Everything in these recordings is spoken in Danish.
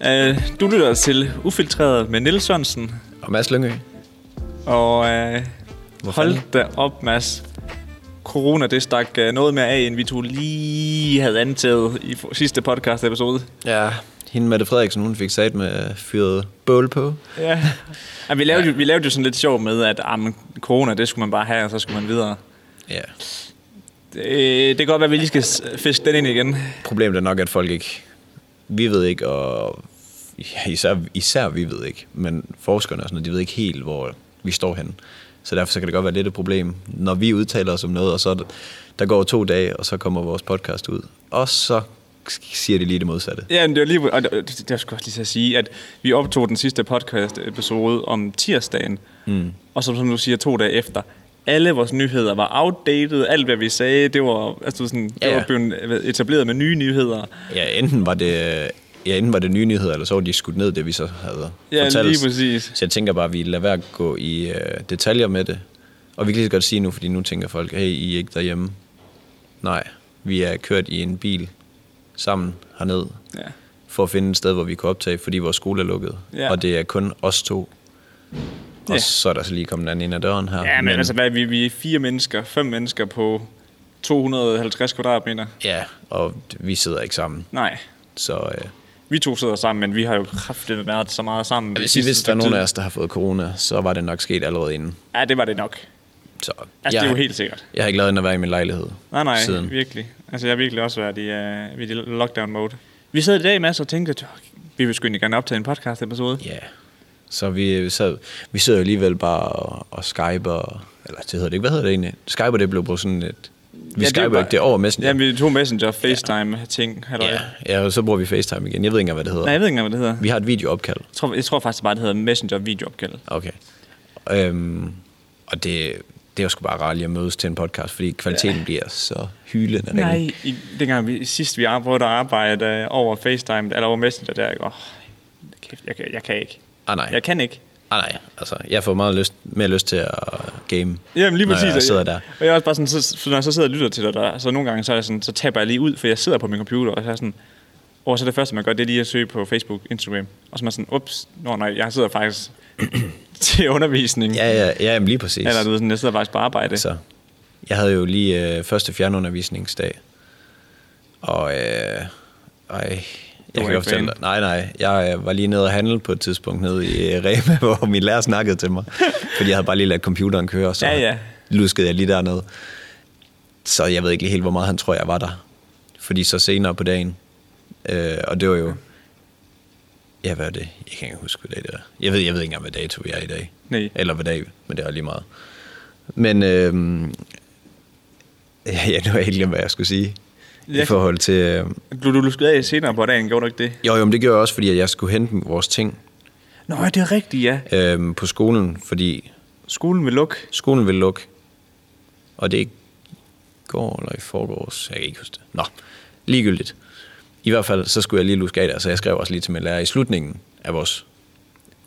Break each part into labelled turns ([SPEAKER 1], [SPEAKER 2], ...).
[SPEAKER 1] Uh, du lytter til Ufiltreret med Niels Sørensen.
[SPEAKER 2] Og Mads Lyngø.
[SPEAKER 1] Og uh, hold da op, Mads. Corona, det stak uh, noget mere af, end vi to lige havde antaget i for- sidste podcast-episode.
[SPEAKER 2] Ja, hende Mette Frederiksen, hun fik sat med fyret bål på.
[SPEAKER 1] Ja. ja vi, lavede, ja. Jo, vi lavede jo sådan lidt sjov med, at ah, men, corona, det skulle man bare have, og så skulle man videre.
[SPEAKER 2] Ja.
[SPEAKER 1] Det, det kan godt være, at vi lige skal s- fiske den ind igen.
[SPEAKER 2] Problemet er nok, at folk ikke... Vi ved ikke, og ja, især, især vi ved ikke, men forskerne og sådan noget, de ved ikke helt, hvor vi står henne. Så derfor så kan det godt være lidt et problem, når vi udtaler os om noget, og så er det- der går to dage, og så kommer vores podcast ud. Og så siger de lige det modsatte.
[SPEAKER 1] Ja, men det var lige... Og det, det, det skulle jeg også lige til at sige, at vi optog den sidste podcast-episode om tirsdagen. Mm. Og som, som du siger, to dage efter. Alle vores nyheder var outdated. Alt, hvad vi sagde, det var, altså sådan, det
[SPEAKER 2] Ja, ja.
[SPEAKER 1] var blevet etableret med nye nyheder.
[SPEAKER 2] Ja, enten var det, ja, enten var det nye nyheder, eller så var de skudt ned, det vi så havde
[SPEAKER 1] Ja,
[SPEAKER 2] fortalt.
[SPEAKER 1] lige præcis.
[SPEAKER 2] Så jeg tænker bare, at vi lader være at gå i øh, detaljer med det. Og vi kan lige så godt sige nu, fordi nu tænker folk, hey, I er ikke derhjemme. Nej, vi er kørt i en bil sammen herned,
[SPEAKER 1] Ja.
[SPEAKER 2] for at finde et sted, hvor vi kan optage, fordi vores skole er lukket.
[SPEAKER 1] Ja.
[SPEAKER 2] Og det er kun os to. Og
[SPEAKER 1] Ja.
[SPEAKER 2] så er der så lige kommet en anden ind ad døren her.
[SPEAKER 1] Ja, men, men altså, hvad, er vi, vi er fire mennesker, fem mennesker på 250 kvadratmeter.
[SPEAKER 2] ja, og vi sidder ikke sammen.
[SPEAKER 1] Nej,
[SPEAKER 2] Så øh,
[SPEAKER 1] vi to sidder sammen, men vi har jo kraftigt været så meget sammen.
[SPEAKER 2] jeg vil sige, hvis der er nogen af os, der har fået corona, så var det nok sket allerede inden.
[SPEAKER 1] Ja, det var det nok.
[SPEAKER 2] Så
[SPEAKER 1] Altså,
[SPEAKER 2] jeg,
[SPEAKER 1] det er jo helt sikkert.
[SPEAKER 2] Jeg har ikke lavet end at være i min lejlighed
[SPEAKER 1] Nej, nej, Siden.
[SPEAKER 2] siden.
[SPEAKER 1] virkelig. Altså, jeg har virkelig også været i, uh, i lockdown-mode. Vi sad i dag, Mads, og tænkte, at vi vil sgu egentlig gerne optage en podcast-episode.
[SPEAKER 2] Ja. Så vi, så, vi sidder jo alligevel bare og, og skyper, eller det hedder det ikke, hvad hedder det egentlig? Skyper det blev på sådan et, vi ja, skyper det
[SPEAKER 1] bare-
[SPEAKER 2] ikke, det er over Messenger.
[SPEAKER 1] Ja, vi tog Messenger, FaceTime-ting. Ja.
[SPEAKER 2] ja, ja, og så bruger vi FaceTime igen, jeg ved ikke engang, hvad det hedder.
[SPEAKER 1] Nej, jeg ved ikke engang, hvad det hedder.
[SPEAKER 2] Vi har et videoopkald.
[SPEAKER 1] Jeg tror, jeg tror faktisk bare, det hedder Messenger videoopkald.
[SPEAKER 2] Okay. Øhm, og det, det er jo sgu bare rart lige at mødes til en podcast, fordi kvaliteten ja. bliver så hylende. ringe.
[SPEAKER 1] Nej, i, dengang vi, sidst vi ar- prøvede at arbejde øh, over FaceTime, eller over Messenger, der, jeg går, "Åh, kæft, jeg, kan, jeg kan ikke.
[SPEAKER 2] Ah, nej.
[SPEAKER 1] Jeg kan ikke.
[SPEAKER 2] Ah, nej, altså, jeg får meget lyst, mere lyst til at game,
[SPEAKER 1] Jamen lige præcis.
[SPEAKER 2] når jeg
[SPEAKER 1] og
[SPEAKER 2] sidder der.
[SPEAKER 1] Og jeg er også bare sådan, så, så når jeg så sidder og lytter til dig, der, så nogle gange, så, er jeg sådan, så taber jeg lige ud, for jeg sidder på min computer, og så er jeg sådan, og så det første, man gør, det er lige at søge på Facebook, Instagram. Og så er man sådan, ups, nå nej, jeg sidder faktisk til undervisning.
[SPEAKER 2] Ja, ja, ja jamen lige præcis.
[SPEAKER 1] Eller du ved, sådan, jeg sidder faktisk på arbejde. Så.
[SPEAKER 2] Så jeg havde jo lige øh, første fjernundervisningsdag. Og øh, ej, jeg kan
[SPEAKER 1] ikke
[SPEAKER 2] godt fortælle
[SPEAKER 1] fan.
[SPEAKER 2] dig. Nej, nej. Jeg øh, var lige nede og handle på et tidspunkt nede i øh, Rema, hvor min lærer snakkede til mig. Fordi jeg havde bare lige ladt computeren køre, og så
[SPEAKER 1] Ja, ja.
[SPEAKER 2] luskede jeg lige dernede. Så jeg ved ikke lige helt, hvor meget han tror, jeg var der. Fordi så senere på dagen, øh, og det var jo... Ja, hvad er det? Jeg kan ikke engang huske, hvad dag det var. Jeg ved, jeg ved ikke engang, hvad dato vi er i dag.
[SPEAKER 1] Nej.
[SPEAKER 2] Eller hvad dag, men det er lige meget. Men øhm, ja, ja, nu har jeg helt glemt, hvad jeg skulle sige.
[SPEAKER 1] Ja.
[SPEAKER 2] I forhold til... Øh,
[SPEAKER 1] Du, du luskede af senere på dagen, gjorde du ikke det?
[SPEAKER 2] jo, jo, men det gjorde jeg også, fordi at jeg skulle hente vores ting
[SPEAKER 1] Nå, ja, det er rigtigt, ja.
[SPEAKER 2] øhm, på skolen, fordi
[SPEAKER 1] Skolen vil lukke.
[SPEAKER 2] skolen ville lukke. Og det er i går eller i forgårs, jeg kan ikke huske det. Nå, ligegyldigt. I hvert fald, så skulle jeg lige luske af der, så jeg skrev også lige til min lærer i slutningen af vores...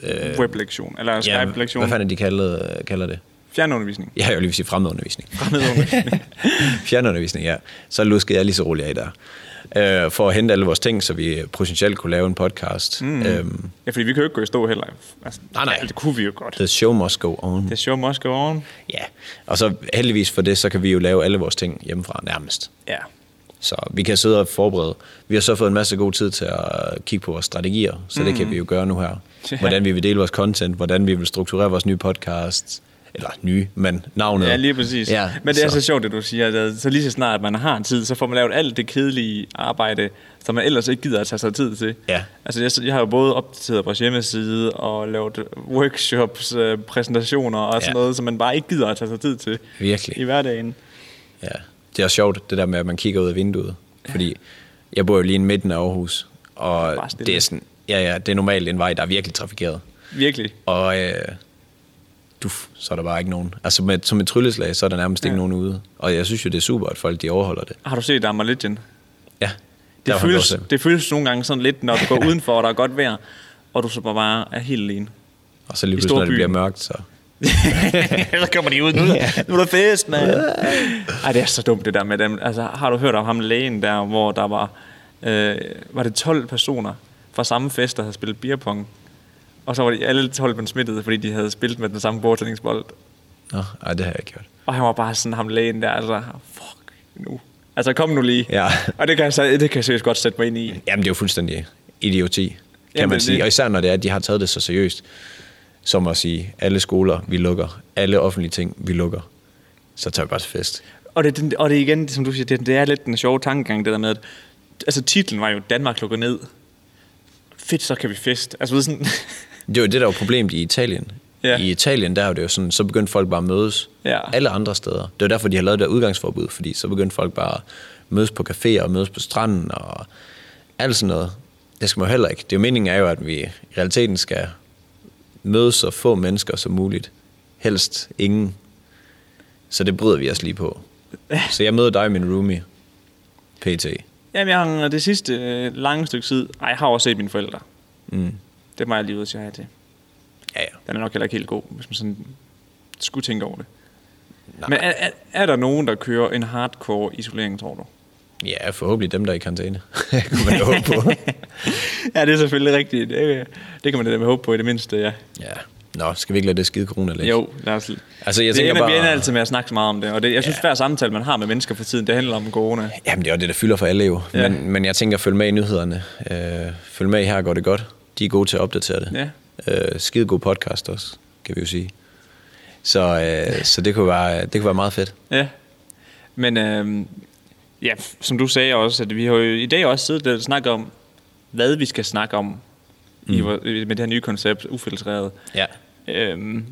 [SPEAKER 1] Øh, Weblektion, eller Skype-lektion.
[SPEAKER 2] hvad fanden er de kaldet, kalder det?
[SPEAKER 1] Fjernundervisning.
[SPEAKER 2] Ja, jeg vil lige sige fremmedundervisning.
[SPEAKER 1] Fremmedundervisning.
[SPEAKER 2] Fjernundervisning, ja. Så luskede jeg lige så roligt af der. Øh, for at hente alle vores ting, så vi potentielt kunne lave en podcast. Mm. Øhm,
[SPEAKER 1] ja, fordi vi kan jo ikke gå i stå heller. Altså,
[SPEAKER 2] Nej, nej.
[SPEAKER 1] ja, Det kunne vi jo godt.
[SPEAKER 2] the show must go on.
[SPEAKER 1] Det er sjovt også oven.
[SPEAKER 2] Ja, og så heldigvis for det, så kan vi jo lave alle vores ting hjemmefra nærmest.
[SPEAKER 1] Ja.
[SPEAKER 2] Så vi kan sidde og forberede. Vi har så fået en masse god tid til at kigge på vores strategier, så mm. det kan vi jo gøre nu her.
[SPEAKER 1] Ja.
[SPEAKER 2] Hvordan vi vil dele vores content, hvordan vi vil strukturere vores nye podcast. Eller nye, men navnet.
[SPEAKER 1] Ja, lige præcis. Ja, Men det er så. så sjovt, det du siger. at, øh, Så lige så snart man har tid, så får man lavet alt det kedelige arbejde, som man ellers ikke gider at tage sig tid til.
[SPEAKER 2] Ja.
[SPEAKER 1] Altså, jeg, s- jeg har jo både opdateret vores hjemmeside og lavet workshops, øh, præsentationer og sådan
[SPEAKER 2] Ja.
[SPEAKER 1] noget, som man bare ikke gider at tage sig tid til
[SPEAKER 2] Virkelig.
[SPEAKER 1] i hverdagen.
[SPEAKER 2] Ja, det er også sjovt, det der med, at man kigger ud af vinduet. Fordi jeg bor jo lige i midten af Aarhus, og
[SPEAKER 1] Bare stille.
[SPEAKER 2] det er, sådan, ja, ja, det er normalt en vej, der er virkelig trafikeret.
[SPEAKER 1] Virkelig.
[SPEAKER 2] Og øh, du, så er der bare ikke nogen. Altså med, som et trylleslag, så er der nærmest ja. ikke nogen ude. Og jeg synes jo, det er super, at folk de overholder det.
[SPEAKER 1] Har du set Amalegend?
[SPEAKER 2] Ja, der
[SPEAKER 1] Det
[SPEAKER 2] var han
[SPEAKER 1] føles,
[SPEAKER 2] også.
[SPEAKER 1] det føles nogle gange sådan lidt, når du går udenfor, og der er godt vejr, og du så bare er helt alene.
[SPEAKER 2] Og så lige
[SPEAKER 1] i
[SPEAKER 2] pludselig, når det
[SPEAKER 1] storbyen.
[SPEAKER 2] bliver mørkt, så
[SPEAKER 1] Ellers kommer de ud. Nu, nu er der fest, mand. Ej, det er så dumt det der med dem. Altså, har du hørt om ham lægen der, hvor der var... Øh, var det 12 personer fra samme fest, der havde spillet beerpong? Og så var de alle 12 blevet smittet, fordi de havde spillet med den samme bordtenningsbold.
[SPEAKER 2] Nå, ej, det har jeg ikke gjort.
[SPEAKER 1] Og han var bare sådan ham lægen der, altså, fuck nu. Altså, kom nu lige.
[SPEAKER 2] Ja.
[SPEAKER 1] Og det kan, jeg, så- det kan jeg seriøst godt sætte mig ind i.
[SPEAKER 2] Jamen, det er jo fuldstændig idioti, kan
[SPEAKER 1] Jamen,
[SPEAKER 2] Jamen,
[SPEAKER 1] det
[SPEAKER 2] man
[SPEAKER 1] er
[SPEAKER 2] sige.
[SPEAKER 1] det.
[SPEAKER 2] Og især når det er, at de har taget det så seriøst, som at sige, alle skoler, vi lukker. Alle offentlige ting, vi lukker. Så tager vi bare til fest.
[SPEAKER 1] Og det, er den- og det er igen, det, som du siger, det, det er lidt den sjove tankegang, det der med, at altså, titlen var jo, Danmark lukker ned. Fedt, så kan vi fest. Altså, ved du, sådan,
[SPEAKER 2] Det var det, der var problemet i Italien.
[SPEAKER 1] Ja.
[SPEAKER 2] Ja. I Italien, der var det jo sådan, så begyndte folk bare at mødes
[SPEAKER 1] Ja.
[SPEAKER 2] alle andre steder. Det var derfor, de har lavet det der udgangsforbud, fordi så begyndte folk bare at mødes på caféer og mødes på stranden og alt sådan noget. Det skal man jo heller ikke. Det er jo meningen er jo, at vi i realiteten skal mødes så få mennesker som muligt. Helst ingen. Så det bryder vi os lige på. Så jeg møder dig, min roomie, PT.
[SPEAKER 1] jamen, jeg har det sidste øh, lange stykke tid, ej, jeg har også set mine forældre.
[SPEAKER 2] Mm.
[SPEAKER 1] Det må jeg lige ud og sige hej til.
[SPEAKER 2] Ja, ja.
[SPEAKER 1] Den er nok heller ikke helt god, hvis man sådan skulle tænke over det.
[SPEAKER 2] Nej.
[SPEAKER 1] Men er, er, er, der nogen, der kører en hardcore isolering, tror du?
[SPEAKER 2] Ja, forhåbentlig dem, der er i karantæne. kunne man da håbe på.
[SPEAKER 1] ja, det er selvfølgelig rigtigt. Det, det kan man da med håbe på i det mindste, ja.
[SPEAKER 2] Ja. Nå, skal vi ikke lade det skide corona lidt?
[SPEAKER 1] Jo, lad os...
[SPEAKER 2] Altså, jeg
[SPEAKER 1] det
[SPEAKER 2] tænker
[SPEAKER 1] ender, Vi
[SPEAKER 2] bare-
[SPEAKER 1] ender altid med at snakke så meget om det, og det, jeg synes, ja. hver samtale, man har med mennesker for tiden, det handler om corona.
[SPEAKER 2] Jamen, det er jo det, der fylder for alle jo.
[SPEAKER 1] Ja.
[SPEAKER 2] Ja. Men, men jeg tænker, følg med i nyhederne. Øh, følg med i her, går det godt. De er gode til at opdatere det.
[SPEAKER 1] Ja.
[SPEAKER 2] Øh, skide god podcast også, kan vi jo sige. Så, øh, så det, kunne være, det kunne være meget fedt.
[SPEAKER 1] Ja. Men øh, ja, f- som du sagde også, at vi har jo i dag også siddet og snakket om, hvad vi skal snakke om mm. i, vor- med det her nye koncept, ufiltreret.
[SPEAKER 2] Ja.
[SPEAKER 1] Øhm,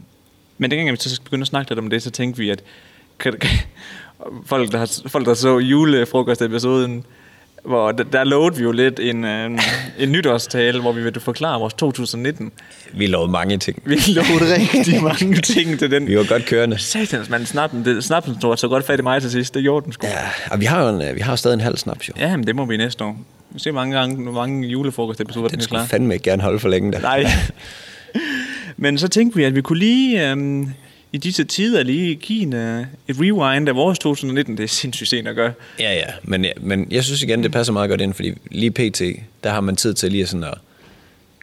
[SPEAKER 1] men dengang vi så begyndte at snakke lidt om det, så tænkte vi, at kan, kan, folk, der, har- folk, der så julefrokostepisoden, hvor der, der lovede vi jo lidt en, en, en nytårstale, hvor vi ville forklare vores 2019.
[SPEAKER 2] Vi lovede mange ting.
[SPEAKER 1] Vi lovede rigtig mange ting til den.
[SPEAKER 2] Vi var godt kørende.
[SPEAKER 1] Satans, man, snappen, det, snappen stod så godt fat i mig til sidst. Det gjorde den sgu. Ja.
[SPEAKER 2] Ja, og vi har jo en, øh, vi har jo stadig en halv snaps jo.
[SPEAKER 1] Jamen, det må vi næste år. Vi ser mange gange, hvor mange julefrokostepisoder, den,
[SPEAKER 2] Den
[SPEAKER 1] den er
[SPEAKER 2] skulle
[SPEAKER 1] klar.
[SPEAKER 2] fandme ikke gerne holde for længe der.
[SPEAKER 1] Nej. Men så tænkte vi, at vi kunne lige øhm, i disse tider lige give en, øh, et rewind af vores 2019. Det er sindssygt sent at gøre.
[SPEAKER 2] Ja, ja. Men, ja, men jeg synes igen, det passer meget godt ind, fordi lige pt, der har man tid til lige sådan at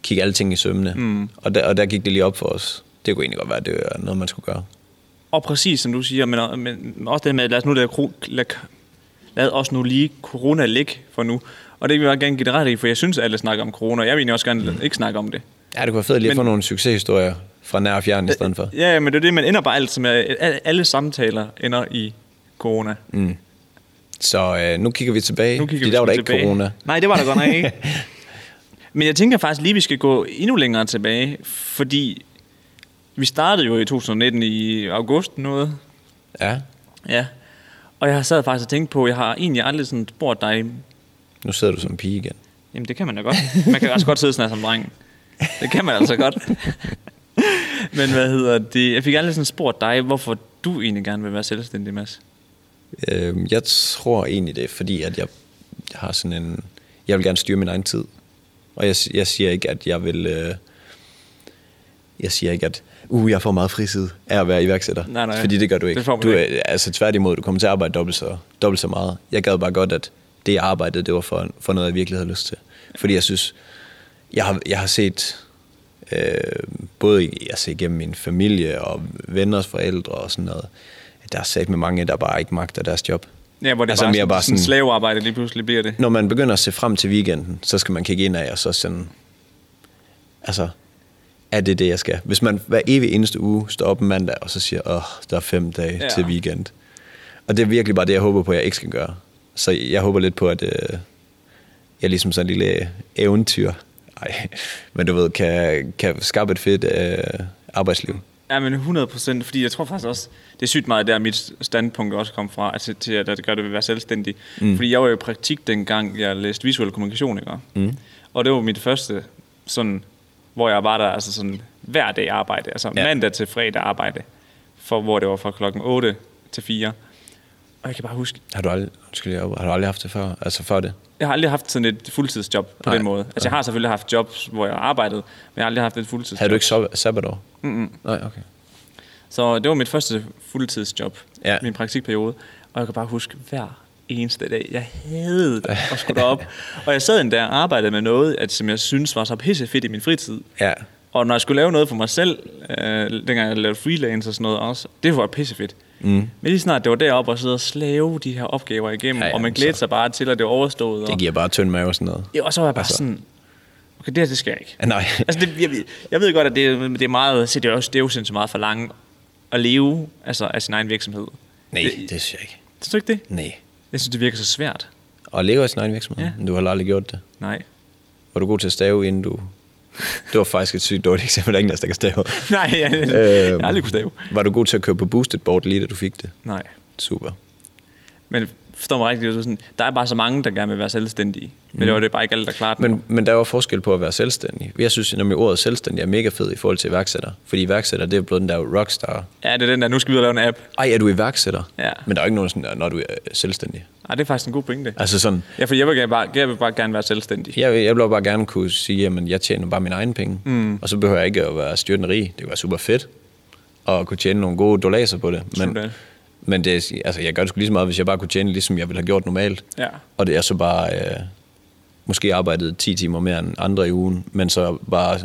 [SPEAKER 2] kigge alle ting i sømmene. Mm. Og, der, og der gik det lige op for os. Det kunne egentlig godt være, at det var noget, man skulle gøre.
[SPEAKER 1] Og præcis som du siger, men, og- men også det med, lad os nu lade, kro, lad, lad os nu lige corona ligge for nu. Og det vil jeg gerne give det ret i, for jeg synes, at alle snakker om corona. Jeg vil egentlig også gerne mm. ikke snakke om det.
[SPEAKER 2] Ja, det kunne være fedt lige at
[SPEAKER 1] Men-
[SPEAKER 2] få nogle succeshistorier fra nær og fjern i stedet for.
[SPEAKER 1] Ja, ja, men det er det, man ender bare altid med. Al- Alle samtaler ender i corona. Mm,
[SPEAKER 2] Så øh, nu kigger vi tilbage.
[SPEAKER 1] nu kigger
[SPEAKER 2] fordi
[SPEAKER 1] vi
[SPEAKER 2] der var der
[SPEAKER 1] sådan
[SPEAKER 2] ikke corona.
[SPEAKER 1] Nej, det var der godt nok ikke. men jeg tænker faktisk lige, at vi skal gå endnu længere tilbage, fordi vi startede jo i 2019 i august noget.
[SPEAKER 2] Ja,
[SPEAKER 1] Ja. Og jeg har sad faktisk og tænkt på, jeg har egentlig aldrig sådan spurgt dig,
[SPEAKER 2] nu sidder du som pige igen.
[SPEAKER 1] Jamen, det kan man da godt. Man kan også godt sidde sådan her som dreng. Det kan man altså godt. Men hvad hedder det? Jeg fik aldrig sådan spurgt dig, hvorfor du egentlig gerne vil være selvstændig, Mads.
[SPEAKER 2] Øh, jeg tror egentlig det, er fordi at jeg har sådan en... Jeg vil gerne styre min egen tid. Og jeg, jeg siger ikke, at jeg vil... Øh, jeg siger ikke, at uh, jeg får meget fritid af at være iværksætter.
[SPEAKER 1] Nej, nej.
[SPEAKER 2] Fordi det gør du ikke.
[SPEAKER 1] Det får man
[SPEAKER 2] du, er-
[SPEAKER 1] ikke.
[SPEAKER 2] Altså tværtimod, du kommer til at arbejde dobbelt så, dobbelt så meget. Jeg gad bare godt, at det jeg arbejdede, det var for, for noget, jeg virkelig havde lyst til. Fordi jeg synes, jeg har, jeg har set øh, både i- altså igennem min familie og venners forældre og sådan noget, at der er sat med mange, der bare ikke magter deres job.
[SPEAKER 1] Ja, hvor det altså, bare, mere bare sådan, sådan slavearbejde lige pludselig bliver det.
[SPEAKER 2] Når man begynder at se frem til weekenden, så skal man kigge ind af og så sådan, altså, er det det, jeg skal? Hvis man hver evig eneste uge står op mandag og så siger, åh, oh, der er fem dage
[SPEAKER 1] Ja.
[SPEAKER 2] ja. til weekend. Og det er virkelig bare det, jeg håber på, jeg ikke skal gøre. Så jeg håber lidt på, at øh, jeg ligesom sådan en lille eventyr, ej, men du ved, kan, kan skaffe et fedt øh, arbejdsliv.
[SPEAKER 1] Ja, men 100 procent, fordi jeg tror faktisk også, det er sygt meget der, mit standpunkt også kom fra, altså til at det gør det ved at være selvstændig. Mm. Fordi jeg var jo i praktik dengang, jeg læste visuel kommunikation, ikke? Mm. Og det var mit første, sådan, hvor jeg var der altså sådan, hver dag arbejde, altså ja.
[SPEAKER 2] Ja.
[SPEAKER 1] mandag til fredag arbejde, for, hvor det var fra klokken 8 til 4. Og jeg kan bare huske,
[SPEAKER 2] Har du aldrig, undskyld, jeg afbryder, har du aldrig haft det før? Altså før det?
[SPEAKER 1] jeg har aldrig haft sådan et fuldtidsjob på Nej.
[SPEAKER 2] Nej.
[SPEAKER 1] den måde. Altså jeg har selvfølgelig haft jobs, hvor jeg arbejdede, men jeg har aldrig haft et fuldtidsjob.
[SPEAKER 2] Havde du ikke sab- sabbatår? Mm-hmm. Nej, okay.
[SPEAKER 1] Så det var mit første fuldtidsjob,
[SPEAKER 2] Ja.
[SPEAKER 1] ja. min praktikperiode. Og jeg kan bare huske hver eneste dag, jeg havde det at skulle derop. og jeg sad endda og arbejdede med noget, at, som jeg synes var så pisse fedt i min fritid.
[SPEAKER 2] Ja.
[SPEAKER 1] Og når jeg skulle lave noget for mig selv, øh, dengang jeg lavede freelance og sådan noget også, det var pissefedt. Mm. Men lige snart det var deroppe og sidde og slave de her opgaver igennem, ja,
[SPEAKER 2] Ja, ja,
[SPEAKER 1] ja, og man
[SPEAKER 2] men
[SPEAKER 1] glædte
[SPEAKER 2] så-
[SPEAKER 1] sig bare til, at det var overstået.
[SPEAKER 2] Det
[SPEAKER 1] og,
[SPEAKER 2] giver bare tynd mave og sådan noget.
[SPEAKER 1] Ja, og så var jeg bare
[SPEAKER 2] Altså-
[SPEAKER 1] altså. sådan, okay, det her, det skal jeg ikke.
[SPEAKER 2] Ah, Nej.
[SPEAKER 1] Altså, det, jeg, ved- jeg ved godt, at det, det er meget, se, det er jo, det er jo sindssygt meget for langt at leve altså, af sin egen virksomhed.
[SPEAKER 2] Nej,
[SPEAKER 1] Det,
[SPEAKER 2] det synes jeg ikke.
[SPEAKER 1] synes du ikke det?
[SPEAKER 2] Nej.
[SPEAKER 1] Jeg synes, det virker så svært.
[SPEAKER 2] Og leve af sin egen virksomhed.
[SPEAKER 1] Ja.
[SPEAKER 2] Men Du har aldrig gjort det.
[SPEAKER 1] Nej.
[SPEAKER 2] Var du god til at stave, inden du... Det var faktisk et sygt dårligt eksempel. Der er ingen, af os, der kan stave.
[SPEAKER 1] Nej, jeg, jeg, jeg
[SPEAKER 2] Øhm.
[SPEAKER 1] har aldrig kunne stave.
[SPEAKER 2] Var du god til at køre på boosted board lige da du fik det?
[SPEAKER 1] Nej.
[SPEAKER 2] Super.
[SPEAKER 1] Men forstår mig rigtigt, det er sådan, der er bare så mange, der gerne vil være selvstændige. Men det var det bare ikke alle, der klarer det.
[SPEAKER 2] Mm. Men, men der er jo forskel på at være selvstændig. Jeg synes nemlig, ordet selvstændig er mega fed i forhold til iværksætter. Fordi iværksætter, det er blevet den der rockstar.
[SPEAKER 1] Ja, det er den der, nu skal vi ud og lave en app.
[SPEAKER 2] Ej, er du iværksætter?
[SPEAKER 1] Ja.
[SPEAKER 2] Men der er jo ikke nogen sådan, når du er selvstændig.
[SPEAKER 1] Ej, det er faktisk en god pointe.
[SPEAKER 2] Altså sådan,
[SPEAKER 1] Ja, for jeg vil, gerne bare, jeg vil bare gerne være selvstændig.
[SPEAKER 2] jeg, vil- jeg vil jo bare gerne kunne sige, at jeg tjener bare mine egne penge. Mm. Og så behøver jeg ikke at være styrtende rig. Det kunne være super fedt at kunne tjene nogle gode dollarer på det. Men,
[SPEAKER 1] Sådan.
[SPEAKER 2] men det, er- altså, jeg gør det sgu lige så meget, hvis jeg bare kunne tjene, ligesom jeg ville have gjort normalt.
[SPEAKER 1] Ja.
[SPEAKER 2] Og det er så bare, øh, måske arbejdede 10 timer mere end andre i ugen, men så bare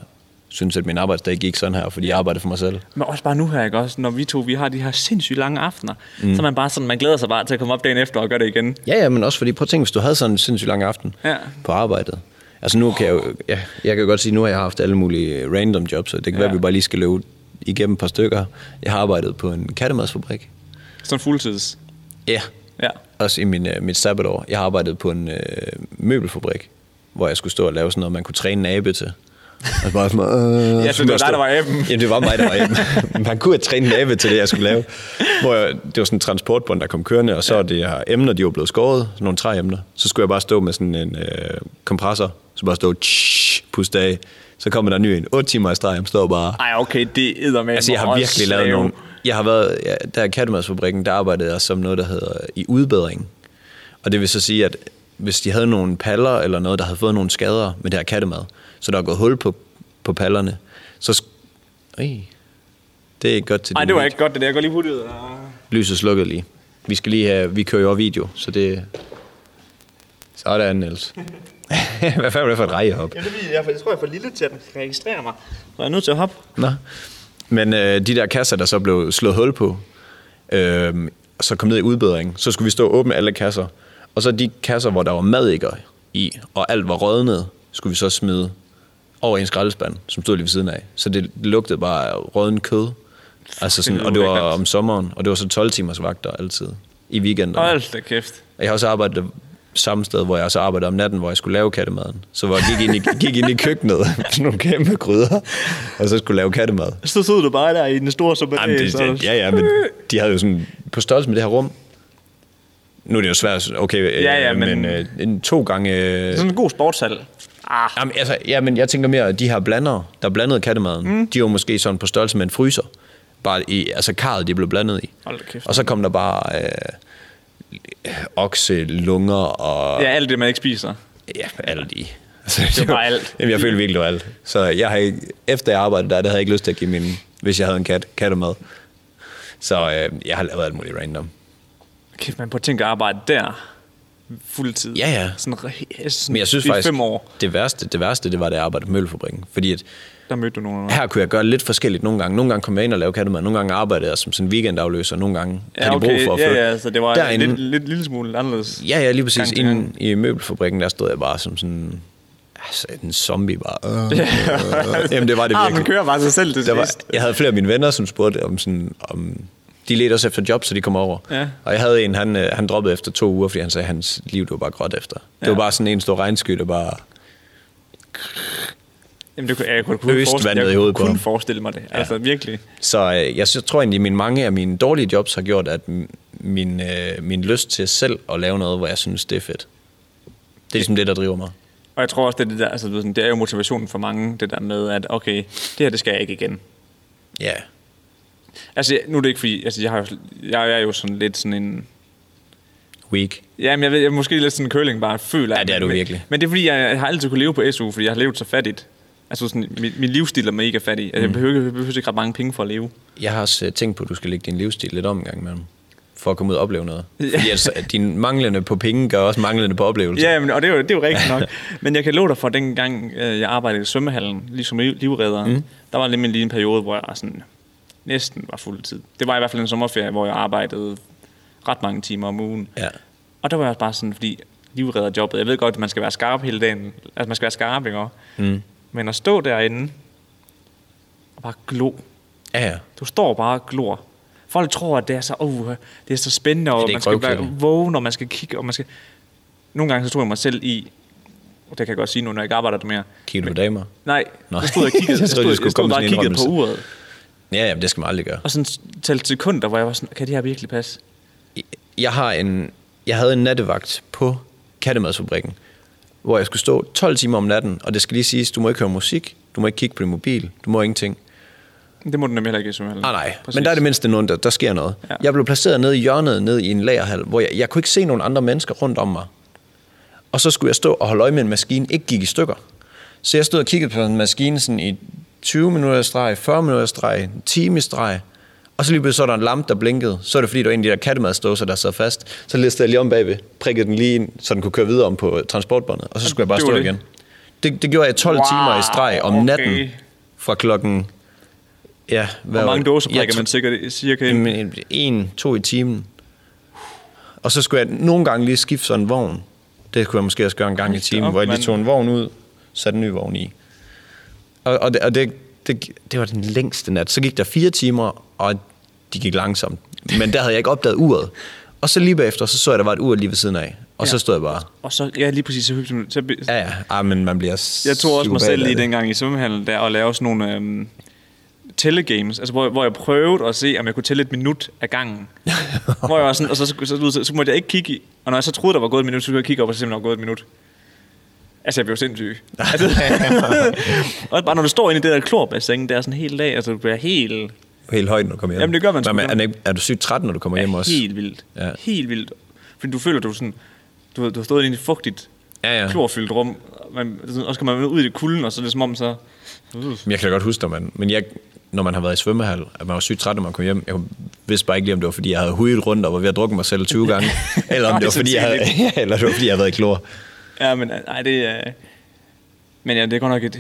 [SPEAKER 2] synes, at min arbejdsdag gik sådan her, fordi jeg arbejdede for mig selv.
[SPEAKER 1] Men også bare nu her, ikke også? Når vi to, vi har de her sindssygt lange aftener, mm. så er man bare sådan, man glæder sig bare til at komme op dagen efter og gøre det igen.
[SPEAKER 2] Ja, ja, men også fordi, prøv at tænke, hvis du havde sådan en sindssygt lang aften
[SPEAKER 1] Ja.
[SPEAKER 2] på arbejdet. Altså nu kan jeg jo, ja, jeg kan jo godt sige, nu har jeg haft alle mulige øh, random jobs, og det kan ja. være,
[SPEAKER 1] Ja.
[SPEAKER 2] at vi bare lige skal løbe igennem et par stykker. Jeg har arbejdet på en kattemadsfabrik.
[SPEAKER 1] Sådan fuldtids.
[SPEAKER 2] Ja.
[SPEAKER 1] Ja.
[SPEAKER 2] Også i min, øh, mit sabbatår. Jeg har arbejdet på en øh, møbelfabrik, hvor jeg skulle stå og lave sådan noget, man kunne træne en abe til. Og bare sådan, øh,
[SPEAKER 1] Ja, så det var dig, der var aben.
[SPEAKER 2] Jamen, det var mig, der var aben. Man kunne have trænet en abe til det, jeg skulle lave. Hvor jeg, det var sådan en transportbånd, der kom kørende, og så ja. det her emner, de var blevet skåret, sådan nogle træemner. Så skulle jeg bare stå med sådan en øh, kompressor, så bare stå, tsh, puste af. Så kommer der en ny en, 8 timer i streg, og står bare,
[SPEAKER 1] Ej, okay, det æder med.
[SPEAKER 2] Altså, jeg har virkelig lavet nogle... Jeg har været... Ja, der i Kattemadsfabrikken, der arbejdede jeg som noget, der hedder i udbedring. Og det vil så sige, at hvis de havde nogle paller eller noget, der havde fået nogle skader med det her kattemad, så der er gået hul på, på pallerne, så... sk- Øj, det er ikke godt til
[SPEAKER 1] Nej,
[SPEAKER 2] din
[SPEAKER 1] det var
[SPEAKER 2] mic.
[SPEAKER 1] ikke godt, det der. Jeg går lige putte ud. og-
[SPEAKER 2] Lyset slukket lige. Vi skal lige have... Vi kører jo også video, så det... Sådan, Niels. Hvad fanden var det for et rejehop?
[SPEAKER 1] Jamen, det er, jeg, jeg tror, jeg er for lille til, at den kan registrere mig. Så jeg er nødt til at hoppe.
[SPEAKER 2] Nå. Men øh, de der kasser, der så blev slået hul på, øh, og så kom ned i udbedring, så skulle vi stå og åbne alle kasser. Og så de kasser, hvor der var madikker i, og alt var rødnet, skulle vi så smide over i en skraldespand, som stod lige ved siden af. Så det lugtede bare af rødden kød. Altså sådan, og det var
[SPEAKER 1] ulækkert.
[SPEAKER 2] om sommeren, og det var så 12 timers vagter altid i weekenderne.
[SPEAKER 1] Hold da kæft.
[SPEAKER 2] Jeg har også arbejdet samme sted, hvor jeg også arbejdede om natten, hvor jeg skulle lave kattemaden. Så hvor jeg gik ind i, gik ind i køkkenet med sådan nogle kæmpe gryder, og så skulle lave kattemad.
[SPEAKER 1] Så sidder du bare der i den store som
[SPEAKER 2] Jamen, det, det, ja, ja, men de havde jo sådan, på størrelse med det her rum, nu er det jo svært, okay, øh,
[SPEAKER 1] Ja, ja,
[SPEAKER 2] men,
[SPEAKER 1] men-
[SPEAKER 2] øh, en, to gange... Øh,
[SPEAKER 1] Sådan en god sportshal. Ah,
[SPEAKER 2] jamen, altså, ja, men jeg tænker mere, at de her blandere, der blandede kattemaden, mm. de var måske sådan på størrelse med en fryser. Bare i, altså karret, de blev blandet i.
[SPEAKER 1] Hold da kæft.
[SPEAKER 2] Og så kom der bare øh, okse, lunger og
[SPEAKER 1] ja, alt det, man ikke spiser.
[SPEAKER 2] Ja, alt i. Altså, det
[SPEAKER 1] var bare alt.
[SPEAKER 2] Jamen, jeg følte virkelig, det var alt. Så jeg har ikke, efter jeg arbejdede der, der havde jeg ikke lyst til at give min, hvis jeg havde en kat, kattemad. Så øh, jeg har lavet alt muligt random.
[SPEAKER 1] Kæft, man burde tænke at arbejde der fuldtid.
[SPEAKER 2] Ja, ja.
[SPEAKER 1] Sådan, re- sådan
[SPEAKER 2] Men jeg synes
[SPEAKER 1] i
[SPEAKER 2] faktisk,
[SPEAKER 1] fem år,
[SPEAKER 2] det værste, det værste, det var, da jeg arbejdede på møllefabrikken. Fordi at
[SPEAKER 1] der mødte du nogen.
[SPEAKER 2] her kunne jeg gøre lidt forskelligt nogle gange. Nogle gange kom jeg ind og lavede kattemad, nogle gange arbejdede jeg som sådan en weekendafløser, nogle gange ja, havde de brug for at
[SPEAKER 1] ja,
[SPEAKER 2] flytte.
[SPEAKER 1] ja, så det var
[SPEAKER 2] Derinde-
[SPEAKER 1] Derinde. lidt, lidt lille smule anderledes.
[SPEAKER 2] Ja, ja, lige præcis.
[SPEAKER 1] Gang til gang.
[SPEAKER 2] Inden i møbelfabrikken, der stod jeg bare som sådan... Altså, en zombie bare. Øh, øh. Jamen, det var det
[SPEAKER 1] Ah,
[SPEAKER 2] virkelig.
[SPEAKER 1] den kører bare sig selv til
[SPEAKER 2] Der var,
[SPEAKER 1] sidst.
[SPEAKER 2] jeg havde flere af mine venner, som spurgte om sådan, om de ledte også efter job, så de kom over.
[SPEAKER 1] Ja.
[SPEAKER 2] Og jeg havde en, han, øh, han droppede efter to uger, fordi han sagde, at hans liv det var bare gråt efter. Det
[SPEAKER 1] Ja.
[SPEAKER 2] var bare sådan en stor regnsky, der bare...
[SPEAKER 1] Jamen, det kunne, jeg kunne kun
[SPEAKER 2] Øst
[SPEAKER 1] forestille,
[SPEAKER 2] vandet i
[SPEAKER 1] jeg kunne
[SPEAKER 2] hovedet på
[SPEAKER 1] kun
[SPEAKER 2] ham.
[SPEAKER 1] forestille mig det. Ja. Altså, virkelig.
[SPEAKER 2] Så øh, jeg sy- tror egentlig, at min, mange af mine dårlige jobs har gjort, at m- min, øh, min lyst til selv at lave noget, hvor jeg synes, det er fedt. Det er ligesom det, der driver mig.
[SPEAKER 1] Og jeg tror også, det er, det der, altså, du ved sådan, det er jo motivationen for mange, det der med, at okay, det her, det skal jeg ikke igen.
[SPEAKER 2] Ja.
[SPEAKER 1] Altså, nu er det ikke fordi, altså, jeg, har, jo- jeg, jeg er jo sådan lidt sådan en...
[SPEAKER 2] Week.
[SPEAKER 1] Jamen, jeg ved, jeg er måske lidt sådan en curling bare føler.
[SPEAKER 2] Ja, det er
[SPEAKER 1] jeg,
[SPEAKER 2] du
[SPEAKER 1] men,
[SPEAKER 2] virkelig.
[SPEAKER 1] Men det er fordi, jeg har altid kunne leve på SU, fordi
[SPEAKER 2] Mm.
[SPEAKER 1] jeg har levet så fattigt. Altså, sådan, min, min livsstil er mega fattig. Altså, jeg behøver ikke, jeg behøver ikke ret mange penge for at leve.
[SPEAKER 2] jeg har også øh, tænkt på, at du skal lægge din livsstil lidt om en gang imellem, for at komme ud og opleve noget.
[SPEAKER 1] Ja.
[SPEAKER 2] Fordi altså, at din manglende på penge gør også manglende på oplevelser.
[SPEAKER 1] Ja, men, og det er, jo, det er jo rigtigt nok. Men jeg kan love dig for, at dengang øh, jeg arbejdede i svømmehallen, ligesom liv- livredder, mm. der var nemlig lige en periode, hvor jeg sådan, næsten var fuld tid. Det var i hvert fald en sommerferie, hvor jeg arbejdede ret mange timer om ugen.
[SPEAKER 2] Ja.
[SPEAKER 1] Og der var jeg også bare sådan, fordi livredderjobbet, jeg ved godt, at man skal være skarp hele dagen. Altså, man skal være skarp, ikke? Mm. Men at stå derinde og bare glo.
[SPEAKER 2] Ja, ja.
[SPEAKER 1] Du står bare og glor. Folk tror, at det er så, uh, det er så spændende, og
[SPEAKER 2] det er
[SPEAKER 1] man skal være
[SPEAKER 2] røvkedeligt.
[SPEAKER 1] vågen, og man skal kigge, og man skal... Nogle gange så tog jeg mig selv i, og det kan jeg godt sige nu, når jeg ikke arbejder der mere.
[SPEAKER 2] Kigger du på damer?
[SPEAKER 1] Nej,
[SPEAKER 2] Nå.
[SPEAKER 1] Nå. jeg stod og kiggede,
[SPEAKER 2] Jeg
[SPEAKER 1] jeg
[SPEAKER 2] troede,
[SPEAKER 1] stod,
[SPEAKER 2] du
[SPEAKER 1] jeg
[SPEAKER 2] skulle
[SPEAKER 1] stod
[SPEAKER 2] komme
[SPEAKER 1] bare og
[SPEAKER 2] sådan en
[SPEAKER 1] kiggede på uret,
[SPEAKER 2] Ja, jamen, det skal man aldrig gøre.
[SPEAKER 1] og sådan talte sekunder, hvor jeg var sådan, kan det her virkelig passe?
[SPEAKER 2] jeg har en, jeg havde en nattevagt på kattemadsfabrikken, hvor jeg skulle stå 12 timer om natten, og det skal lige siges, du må ikke høre musik, du må ikke kigge på din mobil, du må ingenting.
[SPEAKER 1] Det må den nemlig heller ikke i svømmehallen.
[SPEAKER 2] Ah, nej, Præcis. men der er det mindste nogen, der, der sker noget. Ja. Jeg blev placeret nede i hjørnet, nede i en lagerhal, hvor jeg, jeg kunne ikke se nogen andre mennesker rundt om mig. Og så skulle jeg stå og holde øje med, at maskinen ikke gik i stykker. Så jeg stod og kiggede på en maskine sådan i 20 minutter i streg, 40 minutter i streg, en time i streg. Og så lige pludselig så var der en lampe, der blinkede. Så er det fordi, der var en af de der kattemadsdåser, der sad fast. Så listede jeg lige om bagved, prikkede den lige ind, så den kunne køre videre om på øh, transportbåndet. Og så skulle jeg bare
[SPEAKER 1] Det
[SPEAKER 2] stå
[SPEAKER 1] var
[SPEAKER 2] det.
[SPEAKER 1] det.
[SPEAKER 2] igen. Det, det gjorde jeg 12
[SPEAKER 1] Wow,
[SPEAKER 2] timer i streg om
[SPEAKER 1] okay.
[SPEAKER 2] natten fra klokken Ja, hvad
[SPEAKER 1] Hvor
[SPEAKER 2] var
[SPEAKER 1] mange
[SPEAKER 2] det?
[SPEAKER 1] dåser
[SPEAKER 2] Jeg
[SPEAKER 1] prikker man sikkert cirka ind?
[SPEAKER 2] Jamen, en, to i timen. Og så skulle jeg nogle gange lige skifte sådan en vogn. Det kunne jeg måske også gøre en gang i
[SPEAKER 1] Hold da
[SPEAKER 2] timen,
[SPEAKER 1] op,
[SPEAKER 2] hvor jeg lige
[SPEAKER 1] mand.
[SPEAKER 2] tog en vogn ud, satte en ny vogn i. Og, og, det, og det, det, det var den længste nat. Så gik der fire timer, og de gik langsomt. Men der havde jeg ikke opdaget uret. Og så lige bagefter, så så jeg, at der var et ur lige ved siden af. Og ja. så
[SPEAKER 1] Ja.
[SPEAKER 2] stod jeg bare,
[SPEAKER 1] Og så, ja, lige præcis, så, så, så,
[SPEAKER 2] ja ja, ah, men man bliver
[SPEAKER 1] Jeg tog også mig
[SPEAKER 2] psykopat
[SPEAKER 1] selv
[SPEAKER 2] af
[SPEAKER 1] lige
[SPEAKER 2] det.
[SPEAKER 1] dengang i svømmehallen der og lavede sådan nogle øhm, tellegames, altså hvor, hvor jeg prøvede at se, om jeg kunne tælle et minut af gangen. hvor jeg var sådan, og så, så, så, så, så måtte jeg ikke kigge i, og når jeg så troede, der var gået et minut, så skulle jeg kigge op, og så simpelthen der var gået et minut. Altså, jeg blev sindssyg. Altså, og bare når du står inde i det der klorbassin, der er sådan en hel dag, altså du bliver helt,
[SPEAKER 2] Helt højt, når du kommer hjem.
[SPEAKER 1] Jamen, det gør man
[SPEAKER 2] Nå,
[SPEAKER 1] sgu
[SPEAKER 2] men
[SPEAKER 1] gerne.
[SPEAKER 2] er, er du sygt træt, når du kommer hjem også?
[SPEAKER 1] helt vildt.
[SPEAKER 2] Ja.
[SPEAKER 1] Ja. Helt vildt. Fordi du føler, du er sådan, du, ved, du har stået inde i et fugtigt,
[SPEAKER 2] Ja, ja.
[SPEAKER 1] klorfyldt rum, man, og så skal man ud i det kulden, og så er det som om så...
[SPEAKER 2] Men Jeg kan da godt huske, når man, men jeg, når man har været i svømmehal, at man var sygt træt, når man kom hjem. Jeg vidste bare ikke lige, om det var, fordi jeg havde hudet rundt og var ved at drukke mig selv 20 gange, eller om
[SPEAKER 1] Nej,
[SPEAKER 2] det var, fordi jeg havde, eller det var, fordi jeg havde været i klor.
[SPEAKER 1] Ja, men øh, ej, det er... Men ja, det er godt nok et,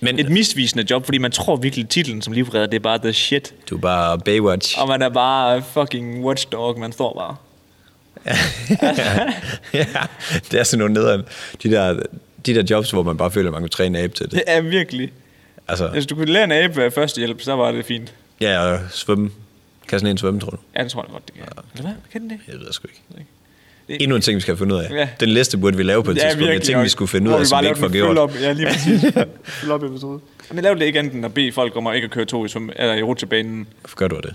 [SPEAKER 2] Men
[SPEAKER 1] et misvisende job, fordi man tror virkelig, titlen som livredder, det er bare the shit.
[SPEAKER 2] du er bare Baywatch.
[SPEAKER 1] Og man er bare fucking watchdog, man står bare.
[SPEAKER 2] ja, det er sådan nogle nederen. De der, de der jobs, hvor man bare føler, at man kan træne en abe til det.
[SPEAKER 1] Det er virkelig...
[SPEAKER 2] Altså,
[SPEAKER 1] Hvis du kunne lære en abe af førstehjælp, så var det fint.
[SPEAKER 2] ja, og svømme. Kan sådan en svømme, tror du?
[SPEAKER 1] Ja, det tror jeg godt, det kan. Eller hvad? Kan den det?
[SPEAKER 2] Jeg ved det sgu ikke.
[SPEAKER 1] Det-
[SPEAKER 2] Endnu en ting, vi skal have fundet ud af.
[SPEAKER 1] Ja.
[SPEAKER 2] Den liste burde vi lave på et tidspunkt. Jeg tænkte, vi skulle finde ud af, som vi ikke får gjort.
[SPEAKER 1] Op, ja, lige præcis. Fill up episode. Men lav det ikke andet end at bede folk om at ikke at køre tog i, svøm- eller i rutsjebanen.
[SPEAKER 2] Hvorfor gør du det?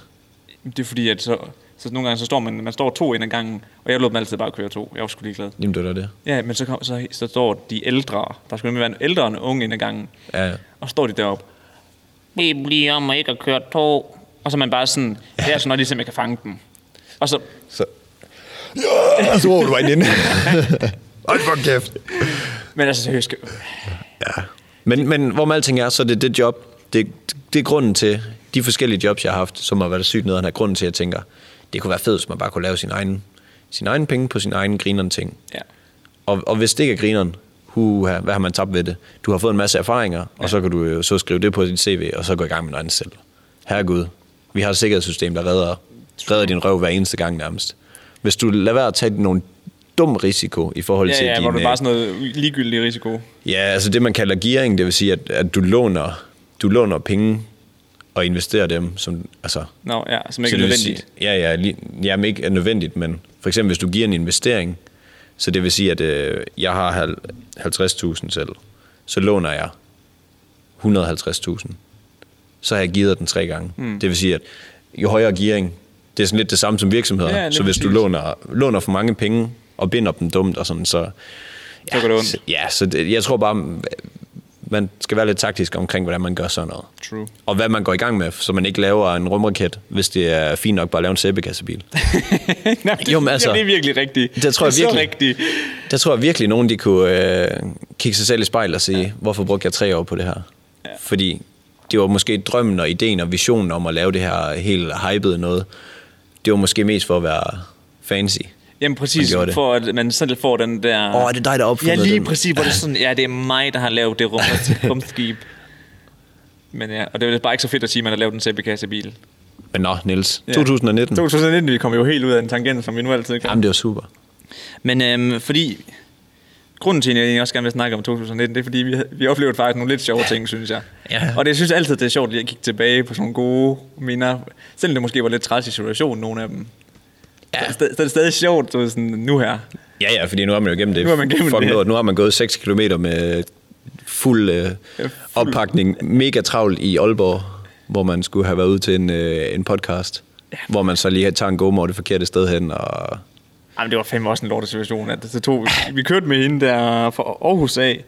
[SPEAKER 1] Det er fordi, at så, så nogle gange så står man, man står to ind ad gangen, og jeg lod dem altid bare køre to. Jeg var sgu ligeglad.
[SPEAKER 2] Jamen, det var da det.
[SPEAKER 1] Ja, men så, kom, så, så står de ældre. Der skulle nemlig være en ældre og en ung ind ad gangen.
[SPEAKER 2] Ja, ja.
[SPEAKER 1] Og står de deroppe. Vi bliver om at ikke at køre tog. Og så er man bare sådan, det er sådan noget, ligesom jeg kan fange dem. Og så,
[SPEAKER 2] Så... Ja, så råber du mig ind. Hold for kæft.
[SPEAKER 1] men altså seriøst,
[SPEAKER 2] Ja. Men, men hvorom alting er, så er det det job, det, det er grunden til, de forskellige jobs, jeg har haft, som har været sygt nederen, er grunden til, at jeg tænker, det kunne være fedt, hvis man bare kunne lave sin egen, sin egen penge på sin egen grineren ting.
[SPEAKER 1] ja.
[SPEAKER 2] Og, og hvis det ikke er grineren, huha, hvad har man tabt ved det? Du har fået en masse erfaringer, ja. og så kan du jo så skrive det på dit CV, og så gå i gang med noget andet selv. Herregud, vi har et sikkerhedssystem, der redder, redder din røv hver eneste gang nærmest. Hvis du lader være at tage nogle dum risiko i forhold til
[SPEAKER 1] Ja, ja,
[SPEAKER 2] din...
[SPEAKER 1] hvor det
[SPEAKER 2] øh,
[SPEAKER 1] bare sådan noget ligegyldig risiko.
[SPEAKER 2] Ja, altså det man kalder gearing, det vil sige, at, at du, låner, du låner penge og investerer dem, som, altså,
[SPEAKER 1] Nå, ja, som ikke er
[SPEAKER 2] så det vil
[SPEAKER 1] nødvendigt.
[SPEAKER 2] Sige, ja, ja, lige, jamen ikke er nødvendigt, men for eksempel hvis du giver en investering, så det vil sige, at øh, jeg har hal- 50.000 selv, så låner jeg 150.000. Så har jeg givet den tre gange. Mm. Det vil sige, at jo højere gearing, det er sådan lidt det samme som virksomheder.
[SPEAKER 1] Ja, lige
[SPEAKER 2] så hvis du
[SPEAKER 1] præcis.
[SPEAKER 2] låner, låner for mange penge og binder dem dumt og sådan, så...
[SPEAKER 1] Så går det ondt.
[SPEAKER 2] så- Ja, så det, jeg tror bare, man skal være lidt taktisk omkring, hvordan man gør sådan noget.
[SPEAKER 1] True.
[SPEAKER 2] Og hvad man går i gang med, så man ikke laver en rumraket, hvis det er fint nok bare at lave en sæbekassebil.
[SPEAKER 1] Nej, det,
[SPEAKER 2] Jo, men altså-
[SPEAKER 1] jamen, det er virkelig rigtigt.
[SPEAKER 2] Det tror jeg
[SPEAKER 1] det er så
[SPEAKER 2] virkelig.
[SPEAKER 1] rigtigt.
[SPEAKER 2] Der tror jeg virkelig, nogen de kunne øh, kigge sig selv i spejl og sige, ja. hvorfor brugte jeg tre år på det her? Ja. Fordi det var måske drømmen og ideen og visionen om at lave det her helt hypede noget. Det var måske mest for at være fancy.
[SPEAKER 1] Jamen præcis,
[SPEAKER 2] Man gjorde det.
[SPEAKER 1] for at man selv får den der...
[SPEAKER 2] Åh, er det dig, der
[SPEAKER 1] Ja,
[SPEAKER 2] opfandt
[SPEAKER 1] lige
[SPEAKER 2] den?
[SPEAKER 1] præcis, hvor det er sådan, ja, det er mig, der har lavet det rum, rumskib. Men ja, og det er bare ikke så fedt at sige, at man har lavet den sæbekassebil.
[SPEAKER 2] Men nå, Niels.
[SPEAKER 1] Ja.
[SPEAKER 2] 2019.
[SPEAKER 1] 2019, vi kom jo helt ud af en tangent, som vi nu altid kan.
[SPEAKER 2] Jamen, det var super.
[SPEAKER 1] Men øhm, fordi... Grunden til, at jeg egentlig også gerne vil snakke om 2019, det er, fordi vi, vi oplevede faktisk nogle lidt sjove ting, synes jeg.
[SPEAKER 2] Ja.
[SPEAKER 1] Og det jeg synes altid, det er sjovt lige at kigge tilbage på sådan nogle gode minder. Selvom det måske var lidt træls i situationen, nogle af dem. Ja. Så, er det stadig- så er det stadig sjovt, du ved, sådan nu her.
[SPEAKER 2] Ja, ja, fordi nu har man jo gennem det.
[SPEAKER 1] Nu har man gennem
[SPEAKER 2] fucking
[SPEAKER 1] det.
[SPEAKER 2] lort. Nu har man gået 6 km med fuld, øh,
[SPEAKER 1] fuld.
[SPEAKER 2] oppakning, mega travlt i Aalborg, hvor man skulle have været ude til en, øh, en podcast. Ja. Hvor man så lige tager en gomor det forkerte sted hen. Og...
[SPEAKER 1] Jamen, det var fandme også en lortet situation. At så tog, vi- vi kørte med hende der fra Aarhus af,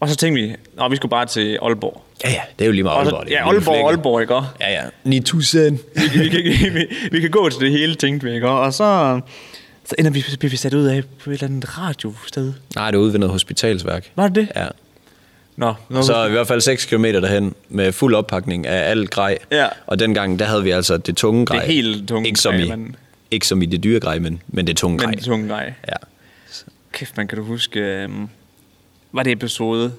[SPEAKER 1] og så tænkte vi, at vi skulle bare til Aalborg.
[SPEAKER 2] Ja, ja, det er jo lige meget
[SPEAKER 1] Og
[SPEAKER 2] Aalborg.
[SPEAKER 1] så,
[SPEAKER 2] det er
[SPEAKER 1] ja,
[SPEAKER 2] jo en lille
[SPEAKER 1] Aalborg,
[SPEAKER 2] flække.
[SPEAKER 1] Aalborg, ikke? også?
[SPEAKER 2] Ja, ja. 9000.
[SPEAKER 1] vi, vi, kan, vi, vi kan gå til det hele, tænkte vi, ikke? Og så, så ender vi, bliver vi sat ud af på et eller andet radiosted.
[SPEAKER 2] Nej, det er ude ved noget hospitalsværk.
[SPEAKER 1] Var det det?
[SPEAKER 2] Ja.
[SPEAKER 1] Nå, nå
[SPEAKER 2] Så i hvert fald 6 km derhen med fuld oppakning af alt grej.
[SPEAKER 1] Ja.
[SPEAKER 2] Og dengang, der havde vi altså det tunge grej.
[SPEAKER 1] helt tunge
[SPEAKER 2] ikke som
[SPEAKER 1] grej,
[SPEAKER 2] i,
[SPEAKER 1] men-
[SPEAKER 2] Ikke som i det dyre grej, men, men det tunge
[SPEAKER 1] men
[SPEAKER 2] grej.
[SPEAKER 1] det tunge nej.
[SPEAKER 2] Ja.
[SPEAKER 1] Kæft, man kan du huske, øhm, var det episode,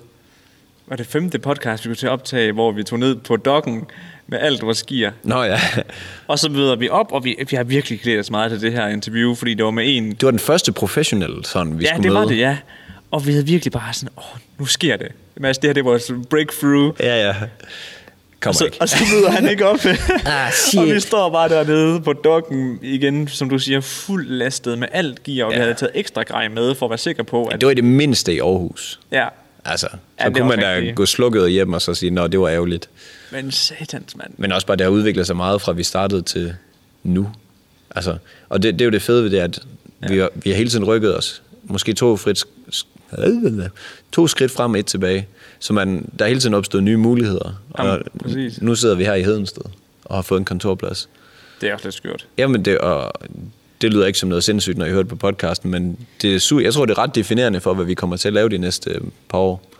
[SPEAKER 1] var det femte podcast, vi kunne til at optage, hvor vi tog ned på dokken med alt vores gear.
[SPEAKER 2] Nå ja,
[SPEAKER 1] Og så møder vi op, og vi, vi har virkelig glædet os meget til det her interview, fordi det var med en...
[SPEAKER 2] det var den første professionelle, sådan, vi
[SPEAKER 1] ja,
[SPEAKER 2] skulle
[SPEAKER 1] det
[SPEAKER 2] møde.
[SPEAKER 1] var det, ja. Og vi havde virkelig bare sådan, åh, nu sker det. Mads, det her, det er vores breakthrough.
[SPEAKER 2] Ja, ja. Kommer
[SPEAKER 1] Og så,
[SPEAKER 2] ikke.
[SPEAKER 1] Altså, og så møder han ikke op.
[SPEAKER 2] Ah,
[SPEAKER 1] og vi
[SPEAKER 2] shit.
[SPEAKER 1] står bare dernede på dokken igen, som du siger, fuld lastet med alt gear, og ja. vi
[SPEAKER 2] Ja.
[SPEAKER 1] havde taget ekstra grej med for at være sikre på, at...
[SPEAKER 2] Det var i det mindste i Aarhus.
[SPEAKER 1] Ja,
[SPEAKER 2] Altså, så
[SPEAKER 1] det er
[SPEAKER 2] ja, kunne
[SPEAKER 1] også
[SPEAKER 2] man da
[SPEAKER 1] rigtigt.
[SPEAKER 2] gå slukket hjem og så sige, nå, det var ærgerligt.
[SPEAKER 1] men satans, mand.
[SPEAKER 2] Men også bare, det har udviklet sig meget fra, vi startede til nu. Altså, og det, det er jo det fede ved det, at ja. vi, har, vi har hele tiden rykket os. Måske to, frit, sk- to skridt frem og et tilbage. Så man, der er hele tiden opstået nye muligheder.
[SPEAKER 1] Jamen,
[SPEAKER 2] og
[SPEAKER 1] præcis.
[SPEAKER 2] nu sidder vi her i Hedensted og har fået en kontorplads.
[SPEAKER 1] Det er også lidt skørt.
[SPEAKER 2] Jamen, det, og det lyder ikke som noget sindssygt, når I hørte på podcasten, men det er su- jeg tror, det er ret definerende for, hvad vi kommer til at lave de næste øh, par år.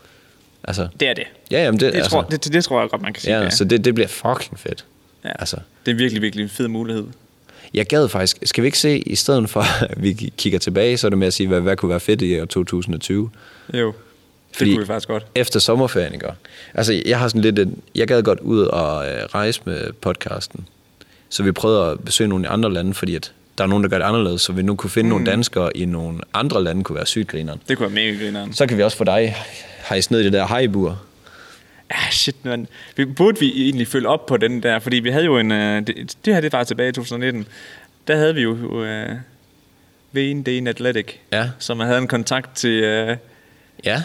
[SPEAKER 2] Altså,
[SPEAKER 1] Det er det.
[SPEAKER 2] ja, jamen det,
[SPEAKER 1] Det,
[SPEAKER 2] altså,
[SPEAKER 1] tror, det, det, det tror jeg godt, man kan sige.
[SPEAKER 2] ja,
[SPEAKER 1] det er.
[SPEAKER 2] så det, det bliver fucking fedt.
[SPEAKER 1] Ja.
[SPEAKER 2] Altså,
[SPEAKER 1] Det er virkelig, virkelig en fed mulighed.
[SPEAKER 2] jeg gad faktisk, skal vi ikke se, i stedet for at vi k- kigger tilbage, så er det med at sige, hvad, hvad kunne være fedt i år 2020?
[SPEAKER 1] Jo, det
[SPEAKER 2] Fordi-
[SPEAKER 1] kunne vi faktisk godt.
[SPEAKER 2] Efter sommerferien, ikke? Altså, jeg har sådan lidt, en, jeg gad godt ud og øh, rejse med podcasten. Så vi prøvede at besøge nogle andre lande, fordi at der er nogen, der gør det anderledes, så vi nu kunne finde mm. nogle danskere i nogle andre lande, kunne være sygt grineren.
[SPEAKER 1] Det kunne være mega grineren.
[SPEAKER 2] Så kan vi også få dig hejst ned i det der hejbur.
[SPEAKER 1] Ah, shit, man. Vi, burde vi egentlig følge op på den der? Fordi vi havde jo en... Øh, det, det her, det var tilbage i 2019. Der havde vi jo øh, Vane Dane Athletic,
[SPEAKER 2] Ja.
[SPEAKER 1] som havde en kontakt til øh,
[SPEAKER 2] Ja,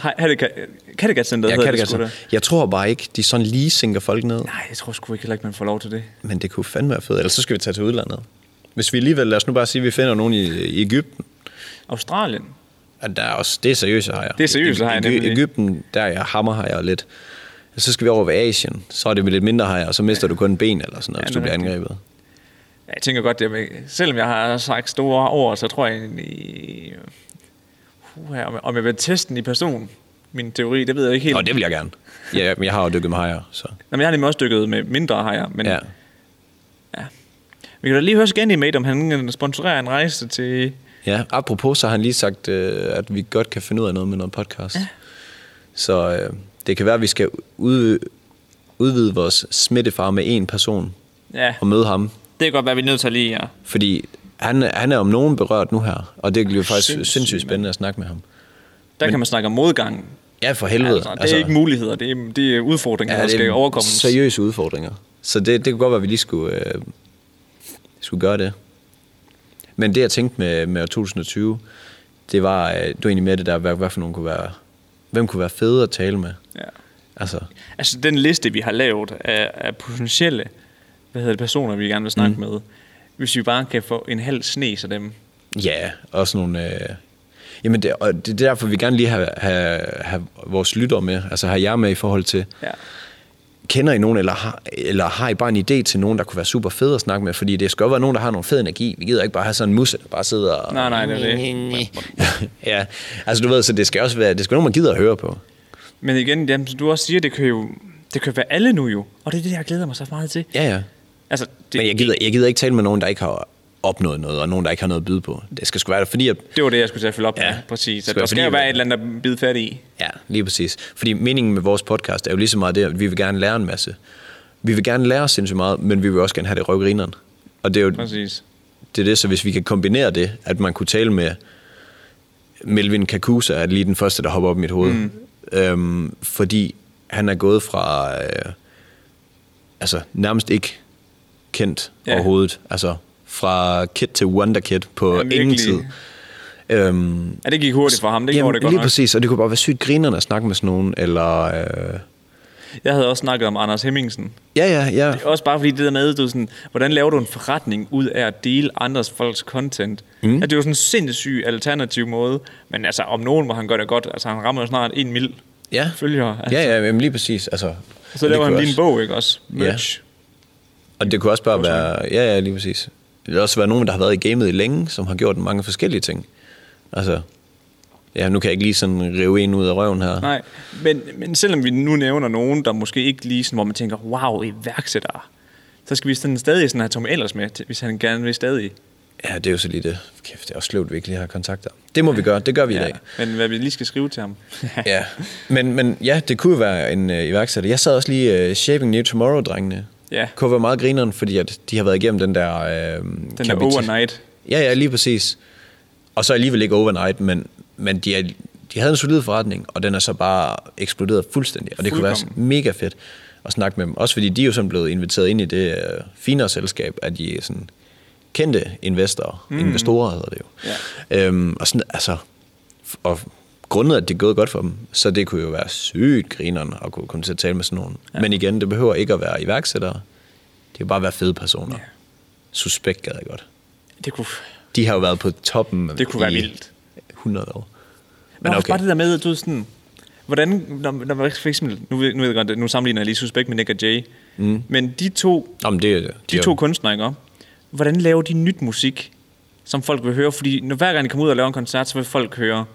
[SPEAKER 1] Kattegat Center.
[SPEAKER 2] jeg kan det godt. så. Jeg tror bare ikke, de sådan lige sænker folk ned.
[SPEAKER 1] Nej, jeg tror sgu ikke heller ikke, man får lov til det.
[SPEAKER 2] Men det kunne fandme være fedt, ellers så skal vi tage til udlandet. Hvis vi alligevel, lad os nu bare sige, at vi finder nogen i, i Ægypten.
[SPEAKER 1] Australien.
[SPEAKER 2] At der er også, det er seriøse hajer.
[SPEAKER 1] Det er seriøse
[SPEAKER 2] I-
[SPEAKER 1] hajer,
[SPEAKER 2] i-
[SPEAKER 1] nemlig.
[SPEAKER 2] Ægypten, der er hammerhajer lidt. Så skal vi over ved Asien, så er det med lidt mindre hajer, og så mister du kun en ben eller sådan noget,
[SPEAKER 1] Ja,
[SPEAKER 2] hvis
[SPEAKER 1] det
[SPEAKER 2] du
[SPEAKER 1] er
[SPEAKER 2] bliver
[SPEAKER 1] rigtigt.
[SPEAKER 2] angrebet.
[SPEAKER 1] Ja, jeg tænker godt, det er med, selvom jeg har sagt store ord, så tror jeg egentlig... Uh, om, jeg, om jeg vil teste den i person, min teori, det ved jeg ikke helt.
[SPEAKER 2] Nå, det vil jeg gerne. Ja, men jeg har jo dykket med hajer, så...
[SPEAKER 1] Nå, men jeg har nemlig også dykket med mindre hajer, men
[SPEAKER 2] Ja.
[SPEAKER 1] ja. vi kan da lige høre Scandimate, om han øh, sponsorerer en rejse til...
[SPEAKER 2] ja. Apropos, så har han lige sagt, øh, at vi godt kan finde ud af noget med noget podcast. Ja. Så øh, det kan være, at vi skal udvide, udvide vores smittefar med en person
[SPEAKER 1] Ja,
[SPEAKER 2] og møde ham
[SPEAKER 1] det kan godt være, vi er nødt til at lige... Ja.
[SPEAKER 2] Fordi han, han er om nogen berørt nu her, og det bliver faktisk
[SPEAKER 1] Sindssygt,
[SPEAKER 2] sindssygt, spændende at snakke med ham.
[SPEAKER 1] Der men, kan man snakke om modgang.
[SPEAKER 2] Ja, for helvede.
[SPEAKER 1] Altså, det er altså, ikke muligheder, det er, det er udfordringer, ja, der skal overkommes.
[SPEAKER 2] seriøse udfordringer. Så det, det kunne godt være, at vi lige skulle, øh, skulle gøre det. Men det, jeg tænkte med, med år 2020, det var, øh, det var egentlig mere det der, hvad, hvad for nogen kunne være, hvem kunne være fede at tale med.
[SPEAKER 1] Ja.
[SPEAKER 2] Altså,
[SPEAKER 1] Altså den liste, vi har lavet af, af potentielle hvad hedder det, personer, vi gerne vil snakke mm. med, hvis vi bare kan få en halv snes af dem.
[SPEAKER 2] Ja, og sådan nogle... Øh, jamen, det, og det er derfor, vi gerne lige have, have, have vores lytter med, altså have jer med i forhold til,
[SPEAKER 1] Ja.
[SPEAKER 2] kender I nogen, eller har, eller har I bare en idé til nogen, der kunne være super fed at snakke med? Fordi det skal jo være nogen, der har nogle fed energi. Vi gider ikke bare have sådan en musse, der bare sidder og...
[SPEAKER 1] Nej, nej, det er
[SPEAKER 2] ja, altså du ved, så det skal også være, det skal være nogen, man gider at høre på.
[SPEAKER 1] Men igen, jamen, som du også siger, det kan jo... Det kan være alle nu jo, og det er det, jeg glæder mig så meget til.
[SPEAKER 2] Ja, ja.
[SPEAKER 1] Altså, det,
[SPEAKER 2] Det, Men jeg gider, jeg gider ikke tale med nogen, der ikke har opnået noget, og nogen, der ikke har noget at byde på. Det skal sgu være der, fordi at,
[SPEAKER 1] det var det, jeg skulle til at følge op
[SPEAKER 2] Ja.
[SPEAKER 1] med, præcis.
[SPEAKER 2] Skal
[SPEAKER 1] At
[SPEAKER 2] være
[SPEAKER 1] der skal
[SPEAKER 2] fordi-
[SPEAKER 1] jo være et eller andet at bide fat i.
[SPEAKER 2] Ja, lige præcis. Fordi meningen med vores podcast er jo lige så meget det, at vi vil gerne lære en masse. Vi vil gerne lære sindssygt meget, men vi vil også gerne have det røvgrineren. Og det er jo
[SPEAKER 1] Præcis.
[SPEAKER 2] det, er det, så hvis vi kan kombinere det, at man kunne tale med Melvin Kakusa, er lige den første, der hopper op i mit hoved. Mm. Øhm, fordi han er gået fra øh, altså nærmest ikke kendt
[SPEAKER 1] Ja.
[SPEAKER 2] ja. overhovedet. Altså fra kid til wonderkid på
[SPEAKER 1] Jamen,
[SPEAKER 2] ingen tid.
[SPEAKER 1] virkelig.
[SPEAKER 2] Øhm,
[SPEAKER 1] Ja, det gik hurtigt for ham. Det gjorde det godt
[SPEAKER 2] lige
[SPEAKER 1] nok.
[SPEAKER 2] præcis, og det kunne bare være sygt grinerne at snakke med sådan nogen, eller... Øh,
[SPEAKER 1] Jeg havde også snakket om Anders Hemmingsen.
[SPEAKER 2] ja, ja, ja.
[SPEAKER 1] Også bare fordi det der med, du er sådan, hvordan laver du en forretning ud af at dele andres folks content? Mm. Altså, det er jo sådan en sindssyg alternativ måde, men altså om nogen må han gøre det godt. Altså han rammer jo snart en mil
[SPEAKER 2] Ja,
[SPEAKER 1] følgere. Altså,
[SPEAKER 2] ja, ja jamen lige præcis. Altså,
[SPEAKER 1] Så
[SPEAKER 2] og det
[SPEAKER 1] laver han
[SPEAKER 2] kunne
[SPEAKER 1] lige en
[SPEAKER 2] også-
[SPEAKER 1] bog, ikke også? Merch.
[SPEAKER 2] Og det kunne også bare være... Ja, ja, lige præcis. Det kan også være nogen, der har været i gamet i længe, som har gjort mange forskellige ting. Altså, ja, nu kan jeg ikke lige sådan rive en ud af røven her.
[SPEAKER 1] Nej, men, men selvom vi nu nævner nogen, der måske ikke lige sådan, hvor man tænker, wow, iværksættere, så skal vi sådan stadig sådan have Tom Ellers med, til- hvis han gerne vil stadig.
[SPEAKER 2] Ja, det er jo så lige det. Kæft, det er også sløvt, vi ikke lige har kontakter. Det må vi gøre, det gør vi ja. i dag.
[SPEAKER 1] Men hvad vi lige skal skrive til ham.
[SPEAKER 2] Ja, men, men ja, det kunne jo være en øh, iværksætter. Jeg sad også lige øh, Shaping New Tomorrow-drengene.
[SPEAKER 1] Ja.
[SPEAKER 2] Kunne være meget grineren, fordi at de har været igennem den der... Øh, den
[SPEAKER 1] Den der overnight.
[SPEAKER 2] Ja, ja, lige præcis. Og så alligevel ikke overnight, men, men de, er, de havde en solid forretning, og den er så bare eksploderet fuldstændig. Og det kunne være
[SPEAKER 1] Fuldkommen.
[SPEAKER 2] mega fedt at snakke med dem. Også fordi de er jo sådan blevet inviteret ind i det øh, finere selskab, at de er sådan kendte investorer. Mm. Investorer hedder det jo. Ja. Øhm, og sådan, altså, f- og grundet, at det er gået godt for dem, så det kunne jo være sygt grineren at kunne komme til at tale med sådan nogen. Ja. Men igen, det behøver ikke at være iværksættere. Det kan bare være fede personer.
[SPEAKER 1] Ja.
[SPEAKER 2] Ja. Suspekt gad jeg godt.
[SPEAKER 1] Det kunne,
[SPEAKER 2] De har jo været på toppen
[SPEAKER 1] Det kunne
[SPEAKER 2] i
[SPEAKER 1] være vildt.
[SPEAKER 2] 100 år.
[SPEAKER 1] men
[SPEAKER 2] Men
[SPEAKER 1] Nå, okay.
[SPEAKER 2] okay,
[SPEAKER 1] bare det der med, at du er sådan, hvordan, når, når man for eksempel, nu, ved- nu ved jeg godt, at nu sammenligner jeg lige Suspekt med Nick og Jay, mm. men de to,
[SPEAKER 2] Nå, men det, er-
[SPEAKER 1] de
[SPEAKER 2] er
[SPEAKER 1] to
[SPEAKER 2] jo-
[SPEAKER 1] kunstnere, ikke? også? hvordan laver de nyt musik, som folk vil høre? Fordi når hver gang de kommer ud og laver en koncert, så vil folk høre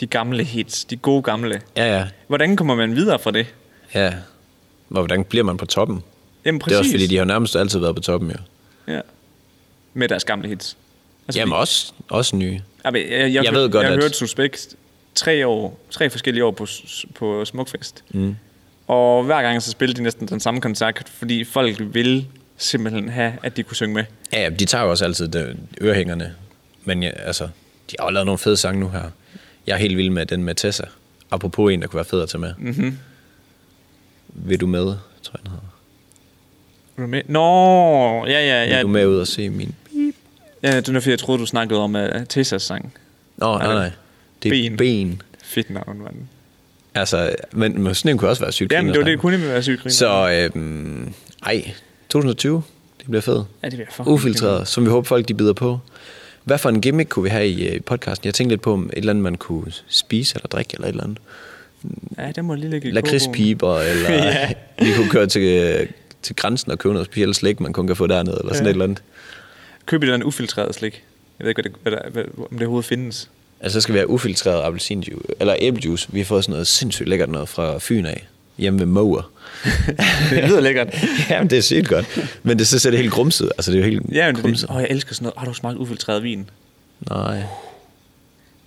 [SPEAKER 1] de gamle hits, de gode gamle.
[SPEAKER 2] Ja, ja.
[SPEAKER 1] Hvordan kommer man videre fra det?
[SPEAKER 2] ja. Og hvordan bliver man på toppen? Præcis.
[SPEAKER 1] Jamen
[SPEAKER 2] Det
[SPEAKER 1] præcis.
[SPEAKER 2] er også fordi, de har nærmest altid været på toppen, jo.
[SPEAKER 1] ja. Med deres gamle hits. Altså,
[SPEAKER 2] Jamen også, også nye.
[SPEAKER 1] Jeg, jeg, jeg, jeg,
[SPEAKER 2] ved
[SPEAKER 1] jeg,
[SPEAKER 2] godt,
[SPEAKER 1] jeg
[SPEAKER 2] at-
[SPEAKER 1] hørte Suspekt tre, år, tre forskellige år på, s- på Smukfest. Mm. Og hver gang så spillede de næsten den samme koncert, fordi folk ville simpelthen have, at de kunne synge med.
[SPEAKER 2] Ja, ja, de tager jo også altid det, ørehængerne. Men ja, altså, de har jo lavet nogle fede sange nu her. Jeg er helt vild med den med Tessa. Apropos en, der kunne være fed at tage med. Mm-hmm.
[SPEAKER 1] Mhm.
[SPEAKER 2] Vil du med, tror jeg, den hedder.
[SPEAKER 1] Er du med? Nå, ja, ja,
[SPEAKER 2] Vil
[SPEAKER 1] ja.
[SPEAKER 2] du med ud og se min...
[SPEAKER 1] ja det var fordi, jeg troede, du snakkede om uh, Tessas sang.
[SPEAKER 2] Nå, nej, nej. Det er
[SPEAKER 1] Ben.
[SPEAKER 2] ben. ben.
[SPEAKER 1] Fedt navn, mand.
[SPEAKER 2] Altså, men, men sådan en kunne også være sygt.
[SPEAKER 1] Jamen, det var
[SPEAKER 2] grineren
[SPEAKER 1] det,
[SPEAKER 2] at
[SPEAKER 1] jeg kunne nemlig være sygt griner.
[SPEAKER 2] Så øhm, ej, 2020, det bliver fedt.
[SPEAKER 1] Ja, det bliver fucking
[SPEAKER 2] Ufiltreret, som vi håber folk de bider på. Hvad for en gimmick kunne vi have i øh, podcasten? Jeg tænkte lidt på, om et eller andet, man kunne spise eller drikke eller et eller andet.
[SPEAKER 1] Ja, det må lige ligge i kogebogen.
[SPEAKER 2] Lakridspiber, eller
[SPEAKER 1] Ja.
[SPEAKER 2] ja. vi kunne køre til, øh, til grænsen og købe noget specielt slik, man kun kan få dernede, eller
[SPEAKER 1] Ja.
[SPEAKER 2] sådan ja. et eller andet. Køb.
[SPEAKER 1] Køb et eller andet ufiltreret slik. Jeg ved ikke, hvad det, hvad der, hvad, om det overhovedet findes.
[SPEAKER 2] Altså, så skal vi have ufiltreret appelsinjuice, eller æblejuice. Vi har fået sådan noget sindssygt lækkert noget fra Fyn af, hjemme ved Moer.
[SPEAKER 1] det lyder lækkert.
[SPEAKER 2] Jamen, det er sygt godt. Men det, så ser det helt grumset. Altså, det er jo helt
[SPEAKER 1] Ja, men det,
[SPEAKER 2] grumset.
[SPEAKER 1] åh, jeg elsker sådan noget. Har du smagt ufiltreret vin?
[SPEAKER 2] Nej.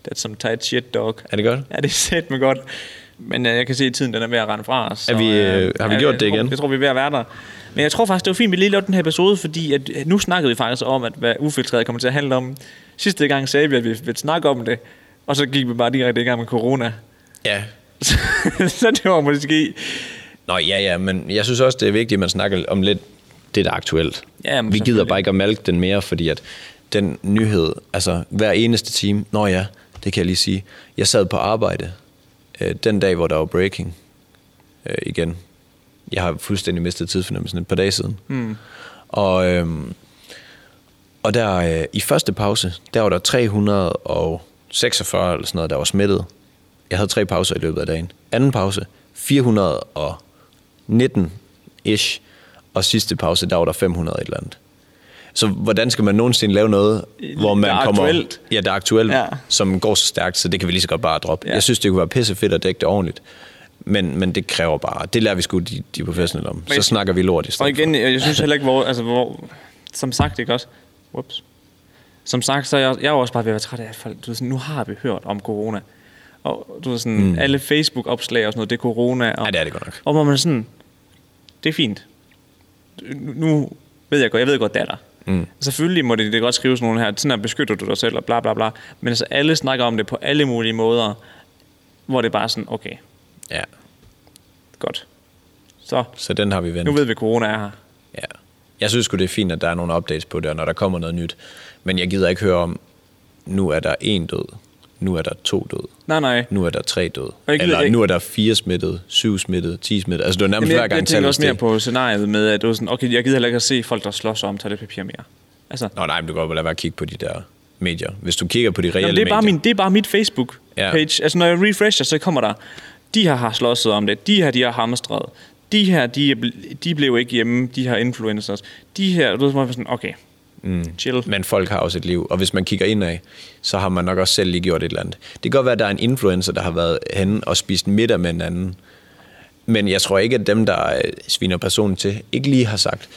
[SPEAKER 1] That's some tight shit, dog.
[SPEAKER 2] Er det godt?
[SPEAKER 1] Ja, det er sæt med godt. Men øh, jeg kan se, at tiden den er ved at rende fra os.
[SPEAKER 2] Er vi,
[SPEAKER 1] så,
[SPEAKER 2] øh, har vi
[SPEAKER 1] ja,
[SPEAKER 2] gjort
[SPEAKER 1] jeg
[SPEAKER 2] det
[SPEAKER 1] tror-
[SPEAKER 2] igen?
[SPEAKER 1] Jeg tror, vi er ved at være der. Men jeg tror faktisk, det var fint, at vi lige lavede den her episode, fordi at, øh, nu snakkede vi faktisk om, at hvad ufiltreret kommer til at handle om. Sidste gang sagde vi, at vi ville snakke om det, og så gik vi bare direkte i gang med corona.
[SPEAKER 2] Ja.
[SPEAKER 1] Så, så det var måske...
[SPEAKER 2] Nå, ja, ja, men jeg synes også, det er vigtigt, at man snakker om lidt det, der er aktuelt.
[SPEAKER 1] Ja, men
[SPEAKER 2] vi gider
[SPEAKER 1] selvfølgelig.
[SPEAKER 2] bare ikke at malke den mere, fordi at den nyhed, altså hver eneste time, nå ja, det kan jeg lige sige, jeg sad på arbejde øh, den dag, hvor der var breaking øh, igen. Jeg har fuldstændig mistet tidsfornemmelsen et par dage siden. Mm. Og, øh, og der øh, i første pause, der var der 346 eller sådan noget, der var smittet. Jeg havde tre pauser i løbet af dagen. Anden pause, 419-ish. Og sidste pause, der var der 500 et eller andet. Så hvordan skal man nogensinde lave noget, hvor man
[SPEAKER 1] Der er
[SPEAKER 2] kommer...
[SPEAKER 1] aktuelt.
[SPEAKER 2] Ja, der er aktuelt,
[SPEAKER 1] Ja.
[SPEAKER 2] ja. som går så stærkt, så det kan vi lige så godt bare droppe.
[SPEAKER 1] Ja.
[SPEAKER 2] Ja. Jeg synes, det kunne være pisse fedt at dække det ordentligt. Men, men det kræver bare, det lærer vi sgu de, de professionelle om. Så
[SPEAKER 1] jeg-
[SPEAKER 2] snakker vi lort i
[SPEAKER 1] Og
[SPEAKER 2] stedet.
[SPEAKER 1] igen, jeg, jeg synes heller ikke, hvor, altså, hvor... Som sagt, ikke også? Whoops. Som sagt, så er jeg, jeg er jo også bare ved at være træt af, at folk, du ved, sådan, nu har vi hørt om corona. Og du ved, sådan, mm. alle Facebook-opslag og sådan noget, det er corona. Og,
[SPEAKER 2] Ja, det er det godt nok.
[SPEAKER 1] Og hvor man er sådan, det er fint. Nu- Nu ved jeg godt, jeg ved godt, det er der. Mm. Selvfølgelig må det, det godt skrives nogen her, sådan her beskytter du dig selv, og bla bla bla. Men altså, alle snakker om det på alle mulige måder, hvor det er bare sådan, okay,
[SPEAKER 2] Ja,
[SPEAKER 1] godt. Så,
[SPEAKER 2] så den har vi vendt.
[SPEAKER 1] nu ved vi, at corona er her.
[SPEAKER 2] Ja. Jeg synes sgu, det er fint, at der er nogle updates på det, og når der kommer noget nyt. Men jeg gider ikke høre om, nu er der en død, nu er der to død,
[SPEAKER 1] Nej, nej.
[SPEAKER 2] nu er der tre død,
[SPEAKER 1] jeg gider
[SPEAKER 2] eller
[SPEAKER 1] ikke-
[SPEAKER 2] nu er der fire smittede, syv smittede, ti smittede. Altså, det var nærmest
[SPEAKER 1] Jamen,
[SPEAKER 2] hver
[SPEAKER 1] jeg,
[SPEAKER 2] gang
[SPEAKER 1] jeg tænker
[SPEAKER 2] tallet
[SPEAKER 1] også mere
[SPEAKER 2] steg.
[SPEAKER 1] på scenariet med, at det var sådan, okay, jeg gider heller ikke at se folk, der slår sig om toiletpapir mere. Altså,
[SPEAKER 2] Nå nej, men du kan godt lade være at kigge på de der medier. Hvis du kigger på de reelle
[SPEAKER 1] jamen, det, er bare
[SPEAKER 2] medier,
[SPEAKER 1] min, det er bare mit Facebook-page. Altså, når jeg refresher, så kommer der, de her har slået sig om det, de her, de har hamstret, de her, de, er bl- de blev ikke hjemme, de her influencers, de her, du ved, så var jeg sådan, okay, mm. chill.
[SPEAKER 2] men folk har også et liv. Og hvis man kigger indad, så har man nok også selv lige gjort et eller andet. Det kan godt være, at der er en influencer, der har været henne og spist middag med en anden. Men jeg tror ikke, at dem, der øh, sviner personen til, ikke lige har sagt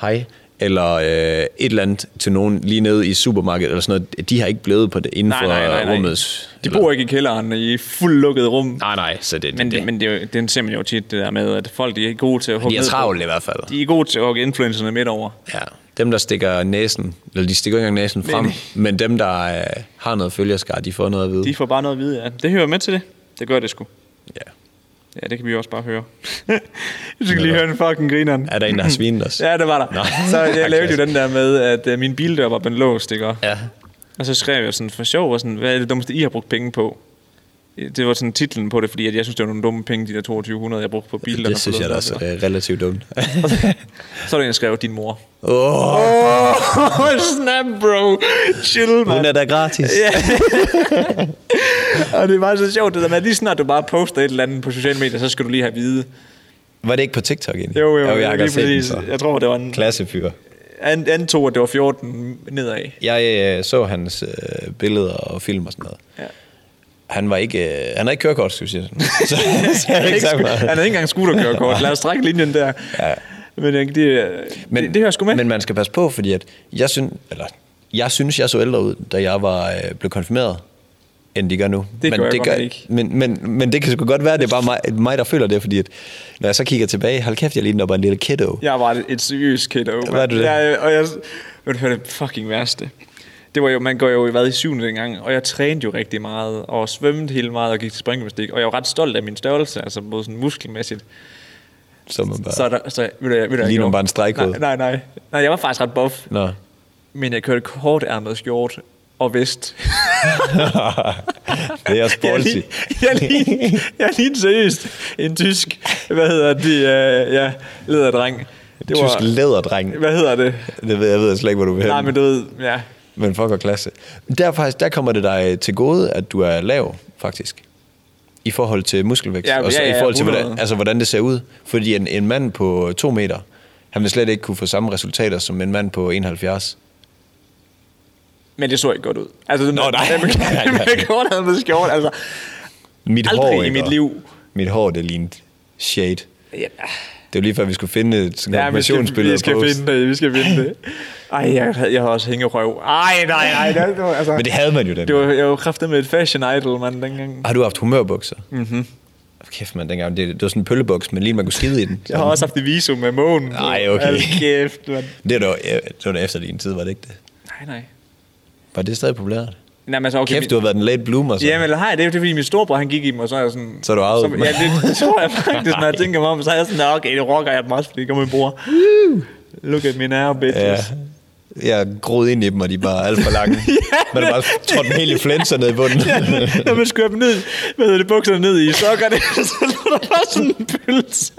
[SPEAKER 2] hej, eller øh, et eller andet til nogen lige nede i supermarkedet, eller sådan noget. De har ikke blevet på det inden
[SPEAKER 1] Nej,
[SPEAKER 2] for øh,
[SPEAKER 1] nej, nej, nej.
[SPEAKER 2] rummets...
[SPEAKER 1] De bor ikke i kælderen i fuldt lukket rum. Nej,
[SPEAKER 2] Nej, nej, så det, det,
[SPEAKER 1] men
[SPEAKER 2] det,
[SPEAKER 1] det, men det, er jo- den ser man jo tit, det der med, at folk de er gode til at hugge
[SPEAKER 2] de er
[SPEAKER 1] ned på-
[SPEAKER 2] travlt i hvert fald.
[SPEAKER 1] De er gode til at hugge influencerne midt over.
[SPEAKER 2] Ja. Dem, der stikker næsen, eller de stikker ikke engang næsen frem, men dem, der øh, har noget følgerskar, de får noget at vide.
[SPEAKER 1] De får bare noget at vide, ja. Det hører med til det. Det gør det sgu.
[SPEAKER 2] Ja.
[SPEAKER 1] Ja, det kan vi også bare høre. Jeg skal lige høre den fucking grineren.
[SPEAKER 2] Er der en, der har svinet os?
[SPEAKER 1] Ja, det var der.
[SPEAKER 2] Nå.
[SPEAKER 1] Så øh, jeg lavede
[SPEAKER 2] Klasse.
[SPEAKER 1] jo den der med, at øh, min bildør var blevet låst, ikke?
[SPEAKER 2] Ja.
[SPEAKER 1] Og så skrev jeg sådan for sjov, og sådan, hvad er det dummeste, I har brugt penge på? Det var sådan titlen på det, fordi at jeg synes, det var nogle dumme penge, de der 2200, jeg brugte på biler.
[SPEAKER 2] Det synes jeg da også er relativt dumt.
[SPEAKER 1] Så er der en, der skrev, din mor.
[SPEAKER 2] oh,
[SPEAKER 1] Åh, snap, bro. Chill,
[SPEAKER 2] hun er
[SPEAKER 1] man.
[SPEAKER 2] da gratis.
[SPEAKER 1] Og det var så sjovt, det der med, at lige snart du bare poster et eller andet på sociale medier, så skal du lige have at vide.
[SPEAKER 2] Var det ikke på TikTok egentlig?
[SPEAKER 1] Jo, jo, jo
[SPEAKER 2] jeg har
[SPEAKER 1] lige
[SPEAKER 2] godt set den
[SPEAKER 1] præcis.
[SPEAKER 2] så.
[SPEAKER 1] Jeg tror, det var en...
[SPEAKER 2] Klassefyr.
[SPEAKER 1] Han antog, at det var 14 nedad.
[SPEAKER 2] Jeg øh, så hans øh, billeder og film og sådan noget.
[SPEAKER 1] Ja.
[SPEAKER 2] Han var ikke, øh, han havde ikke kørekort, skulle jeg sige. Så, så jeg har ikke sagt
[SPEAKER 1] Han
[SPEAKER 2] meget.
[SPEAKER 1] havde ikke engang scooterkørekort. Lad os strække linjen der. Ja. Men øh, det, men, det, det hører sgu med.
[SPEAKER 2] Men
[SPEAKER 1] Men,
[SPEAKER 2] man skal passe på, fordi at jeg, synes, eller, jeg synes, jeg så ældre ud, da jeg var, øh, blev konfirmeret, end de gør nu.
[SPEAKER 1] Det
[SPEAKER 2] men
[SPEAKER 1] gør jeg godt nok ikke.
[SPEAKER 2] Men, men, men det kan sgu godt være, det er bare mig, mig der føler det, fordi at, når jeg så kigger tilbage, hold kæft, jeg lignede op af en lille kiddo. Ja.
[SPEAKER 1] jeg var et- et seriøst kiddo.
[SPEAKER 2] Var du det?
[SPEAKER 1] Jeg, øh, og jeg, vil du høre det fucking værste? Det var jo, man går jo i hvad i syvende dengang, og jeg trænede jo rigtig meget, og svømmede helt meget, og gik til springgymnastik, og jeg var ret stolt af min størrelse, altså både sådan muskelmæssigt.
[SPEAKER 2] Så man bare,
[SPEAKER 1] Så, er der, så ved du, jeg, ved du, jeg
[SPEAKER 2] Ligner
[SPEAKER 1] gjorde?
[SPEAKER 2] bare en stregkode.
[SPEAKER 1] Nej, nej, nej. Nej, jeg var faktisk ret buff,
[SPEAKER 2] Nå.
[SPEAKER 1] men jeg kørte kortærmet skjort og vest.
[SPEAKER 2] det er også ballsy.
[SPEAKER 1] Jeg ligner, jeg ligner seriøst en tysk, hvad hedder det, øh, ja, lederdreng. Det
[SPEAKER 2] Tysk
[SPEAKER 1] var,
[SPEAKER 2] læderdreng.
[SPEAKER 1] hvad hedder det?
[SPEAKER 2] Det ved, jeg ved slet ikke, hvor du vil hen.
[SPEAKER 1] Nej, men du ved, ja.
[SPEAKER 2] Men fuck, hvor klasse. Der, er faktisk, der kommer det dig øh, til gode, at du er lav, faktisk. I forhold til muskelvækst.
[SPEAKER 1] Ja,
[SPEAKER 2] og så
[SPEAKER 1] ja, ja,
[SPEAKER 2] i forhold til,
[SPEAKER 1] 100.
[SPEAKER 2] hvordan, altså, hvordan det ser ud. Fordi en, en mand på to meter, han vil slet ikke kunne få samme resultater som en mand på 71.
[SPEAKER 1] Men det så ikke godt ud. Altså, den,
[SPEAKER 2] Nå, nej.
[SPEAKER 1] Den med,
[SPEAKER 2] Nej, nej.
[SPEAKER 1] med kort havde med skjort, altså.
[SPEAKER 2] Mit
[SPEAKER 1] Aldrig
[SPEAKER 2] hår,
[SPEAKER 1] i
[SPEAKER 2] ikke?
[SPEAKER 1] mit liv.
[SPEAKER 2] Mit hår, det lignede shade.
[SPEAKER 1] Ja,
[SPEAKER 2] Det var lige før, vi skulle finde et sådan
[SPEAKER 1] ja vi, skal,
[SPEAKER 2] konfirmationsbillede
[SPEAKER 1] vi skal
[SPEAKER 2] på os.
[SPEAKER 1] finde det, vi skal finde det. Ej, jeg, havde- jeg har også hængerøv. Ej, nej, nej. Det, det var, altså,
[SPEAKER 2] Men det havde man jo den.
[SPEAKER 1] det var, jeg var kraftet med et fashion idol, mand, dengang.
[SPEAKER 2] Har du haft humørbukser?
[SPEAKER 1] Mm-hmm.
[SPEAKER 2] Mhm. Kæft, man, dengang. Det, det var sådan en pøllebuks, men lige man kunne skide i den.
[SPEAKER 1] Jeg har også haft det visum med månen.
[SPEAKER 2] Ej, okay.
[SPEAKER 1] Hold kæft, mand.
[SPEAKER 2] Det var, da- det var da efter din tid, var det ikke det?
[SPEAKER 1] Nej, nej.
[SPEAKER 2] Var det stadig populært?
[SPEAKER 1] Nej, men altså, okay,
[SPEAKER 2] Kæft, du har været den late bloomer, så.
[SPEAKER 1] Ja, men har jeg det? Det er fordi, min storebror, han gik i dem, og så er jeg sådan...
[SPEAKER 2] Så er du arvet dem.
[SPEAKER 1] Ja, det tror jeg faktisk, når jeg tænker mig om. Så er jeg sådan, "Nå, okay, det rocker jeg dem også, fordi det kommer min bror. Look at me now,
[SPEAKER 2] Ja.
[SPEAKER 1] bitches.
[SPEAKER 2] Jeg groede ind i dem, og de var alt for lange. Man har bare trådt dem helt i flænser ned i bunden.
[SPEAKER 1] Når man skører dem ned, hvad hedder det, bukserne ned i sokkerne, så lå der bare sådan en pølse.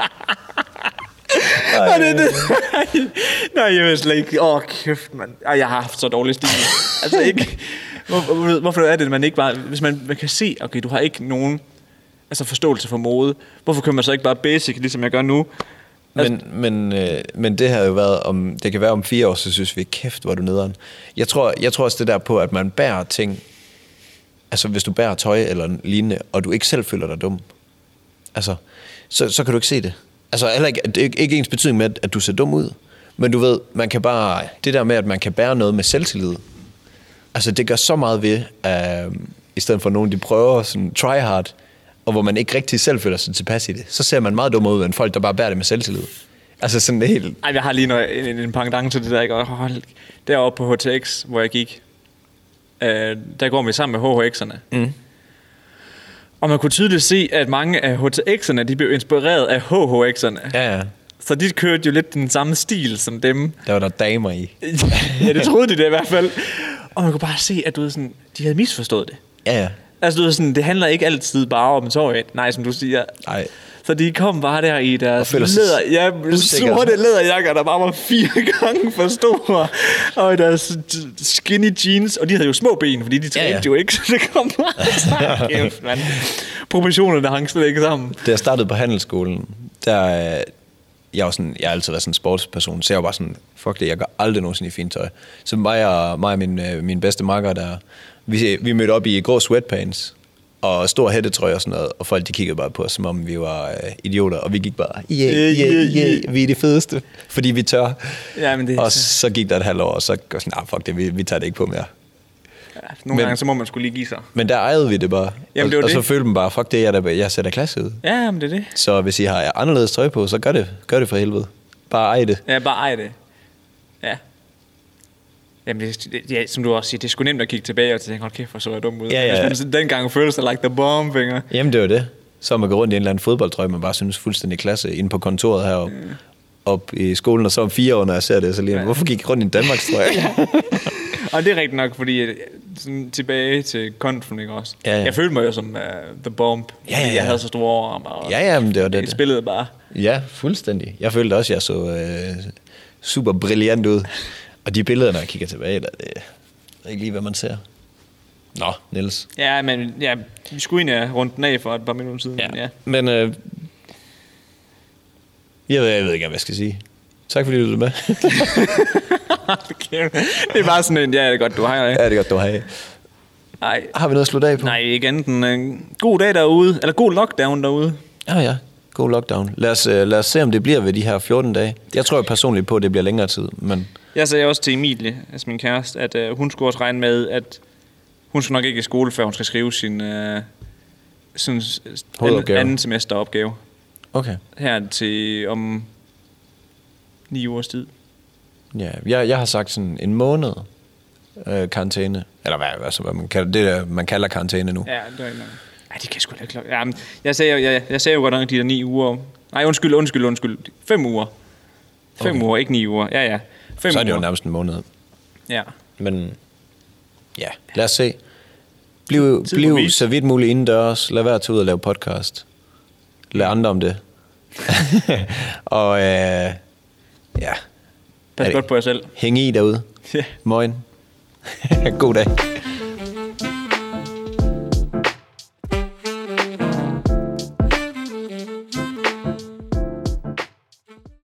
[SPEAKER 1] Og det, det, nej, jeg ved slet ikke. Åh, kæft, mand. Ej, jeg har haft så dårlig stil. altså ikke... Hvor, hvor, hvorfor er det, at man ikke bare... Hvis man, man kan se, okay, du har ikke nogen altså forståelse for mode. Hvorfor kører man så ikke bare basic, ligesom jeg gør nu?
[SPEAKER 2] Men, men, øh, men det har jo været om, det kan være om fire år, så synes vi, kæft, hvor er du nederen. Jeg tror, jeg tror også det der på, at man bærer ting, altså hvis du bærer tøj eller lignende, og du ikke selv føler dig dum, altså, så, så kan du ikke se det. Altså, heller ikke, det er ikke, ikke ens betydning med, at, at du ser dum ud. Men du ved, man kan bare, det der med, at man kan bære noget med selvtillid, altså det gør så meget ved, øh, i stedet for nogen, de prøver sådan try hard, og hvor man ikke rigtig selv føler sig tilpas i det, så ser man meget dummere ud end folk, der bare bærer det med selvtillid. Altså sådan helt,
[SPEAKER 1] Ej, jeg har lige noget, en, en, en pangdang til det der, ikke? Og hold, deroppe på HTX, hvor jeg gik, øh, der går vi sammen med HHX'erne. Mm. Og man kunne tydeligt se, at mange af HTX'erne, de blev inspireret af HHX'erne.
[SPEAKER 2] ja ja,
[SPEAKER 1] Så de kørte jo lidt den samme stil som dem.
[SPEAKER 2] der var der damer i.
[SPEAKER 1] ja, det troede de det i hvert fald. Og man kunne bare se, at du ved, sådan, de havde misforstået det.
[SPEAKER 2] Ja ja.
[SPEAKER 1] Altså, du ved, sådan, det handler ikke altid bare om sorry. Nej, som du siger.
[SPEAKER 2] Ej.
[SPEAKER 1] Så de kom bare der i deres
[SPEAKER 2] føler sig
[SPEAKER 1] læder, ja,
[SPEAKER 2] usikre.
[SPEAKER 1] sorte læderjakker, der bare var fire gange for store. Og i deres skinny jeans. Og de havde jo små ben, fordi de trænede ja, ja. jo ikke. Så det kom bare så kæft, mand. Proportionerne hang slet ikke sammen.
[SPEAKER 2] Da jeg startede på handelsskolen, der... øh, Jeg, var sådan, jeg har altid været sådan en sportsperson, så jeg var bare sådan, fuck det, jeg går aldrig nogensinde i fint tøj. Så mig og, mig og min, øh, min bedste makker, der, vi, vi mødte op i grå sweatpants og stor hættetrøje og sådan noget, og folk de kiggede bare på os, som om vi var øh, idioter, og vi gik bare, yeah,
[SPEAKER 1] Yeah,
[SPEAKER 2] yeah,
[SPEAKER 1] yeah,
[SPEAKER 2] yeah, yeah, vi er det fedeste, fordi vi tør.
[SPEAKER 1] Ja, men det er
[SPEAKER 2] og så gik der et halvt år, og så går sådan, nah, fuck det, vi, vi tager det ikke på mere.
[SPEAKER 1] Ja, nogle
[SPEAKER 2] Men-
[SPEAKER 1] gange, så må man skulle lige give sig.
[SPEAKER 2] Men der ejede vi det bare,
[SPEAKER 1] Jamen,
[SPEAKER 2] og,
[SPEAKER 1] det var
[SPEAKER 2] og så
[SPEAKER 1] det.
[SPEAKER 2] følte man bare, fuck det, jeg, er da, jeg ser da klasse ud.
[SPEAKER 1] Ja, men det er det.
[SPEAKER 2] Så hvis I har anderledes tøj på, så gør det. Gør det for helvede. Bare ej det.
[SPEAKER 1] Ja, bare ej det. Ja. Jamen, det, det, ja, som du også siger, det er sgu nemt at kigge tilbage og tænke, hold kæft, hvor så jeg dum ud.
[SPEAKER 2] Ja, ja.
[SPEAKER 1] Hvis man dengang følte sig like the bomb, finger.
[SPEAKER 2] Jamen, det var det. Så man går rundt i en eller anden fodboldtrøje, man bare synes fuldstændig klasse, inde på kontoret heroppe. Op i skolen, og så om fire år, når jeg ser det, så lige, ja. hvorfor gik jeg rundt i en Danmarks trøje?
[SPEAKER 1] Og det er rigtigt nok, fordi øh, sådan, tilbage til konfen, ikke også?
[SPEAKER 2] Ja, ja.
[SPEAKER 1] Jeg følte mig jo som uh, the bomb.
[SPEAKER 2] Ja,
[SPEAKER 1] fordi
[SPEAKER 2] ja, ja.
[SPEAKER 1] Jeg havde så store arme. Og
[SPEAKER 2] ja, ja, men det var
[SPEAKER 1] det,
[SPEAKER 2] det. det.
[SPEAKER 1] spillede bare.
[SPEAKER 2] Ja, fuldstændig. Jeg følte også, jeg så øh, super brillant ud. Og de billeder, når jeg kigger tilbage, der, det er ikke lige, hvad man ser. Nå, Niels.
[SPEAKER 1] Ja, men ja, vi skulle egentlig rundt den af for et par minutter siden. men ja.
[SPEAKER 2] Men øh, jeg, ved, jeg ved ikke, hvad jeg skal sige. Tak fordi du lyttede med.
[SPEAKER 1] det er bare sådan en, ja, det er godt, du har.
[SPEAKER 2] Ja, det er godt, du har af.
[SPEAKER 1] Nej,
[SPEAKER 2] Har vi noget at slutte af på?
[SPEAKER 1] nej, ikke andet end en god dag derude, eller god lockdown derude.
[SPEAKER 2] Ja, Ah, ja. God lockdown. Lad os, øh, lad os se, om det bliver ved de her 14 dage. Jeg tror jo personligt på, at det bliver længere tid, men
[SPEAKER 1] Jeg sagde også til Emilie, altså min kæreste, at øh, hun skulle også regne med, at hun skal nok ikke i skole, før hun skal skrive sin øh, sådan, s- anden,
[SPEAKER 2] Hovedopgave.
[SPEAKER 1] anden semesteropgave.
[SPEAKER 2] okay.
[SPEAKER 1] Her til om ni ugers tid.
[SPEAKER 2] Ja, jeg, jeg har sagt sådan en måned øh, karantæne. Eller hvad, altså, hvad man kalder, det, der, man kalder karantæne nu. Ja.
[SPEAKER 1] Ja, det er ikke Nej, det kan jeg sgu da ikke klokke. Ja, men jeg, sagde, jo- jeg, jeg sagde jo godt nok de der ni uger. Nej, undskyld, undskyld, undskyld. Fem uger. Fem okay. uger, ikke ni uger. Ja, ja. Fem
[SPEAKER 2] Så er det jo
[SPEAKER 1] uger.
[SPEAKER 2] nærmest en måned.
[SPEAKER 1] Ja.
[SPEAKER 2] Men ja, lad os se. Bliv,
[SPEAKER 1] Tid vil
[SPEAKER 2] bliv
[SPEAKER 1] vise.
[SPEAKER 2] så vidt muligt indendørs. Lad være at tage ud og lave podcast. Lad andre om det. og øh, ja,
[SPEAKER 1] Pas
[SPEAKER 2] det-
[SPEAKER 1] godt på jer selv.
[SPEAKER 2] hæng i derude.
[SPEAKER 1] Ja.
[SPEAKER 2] Moin. God dag.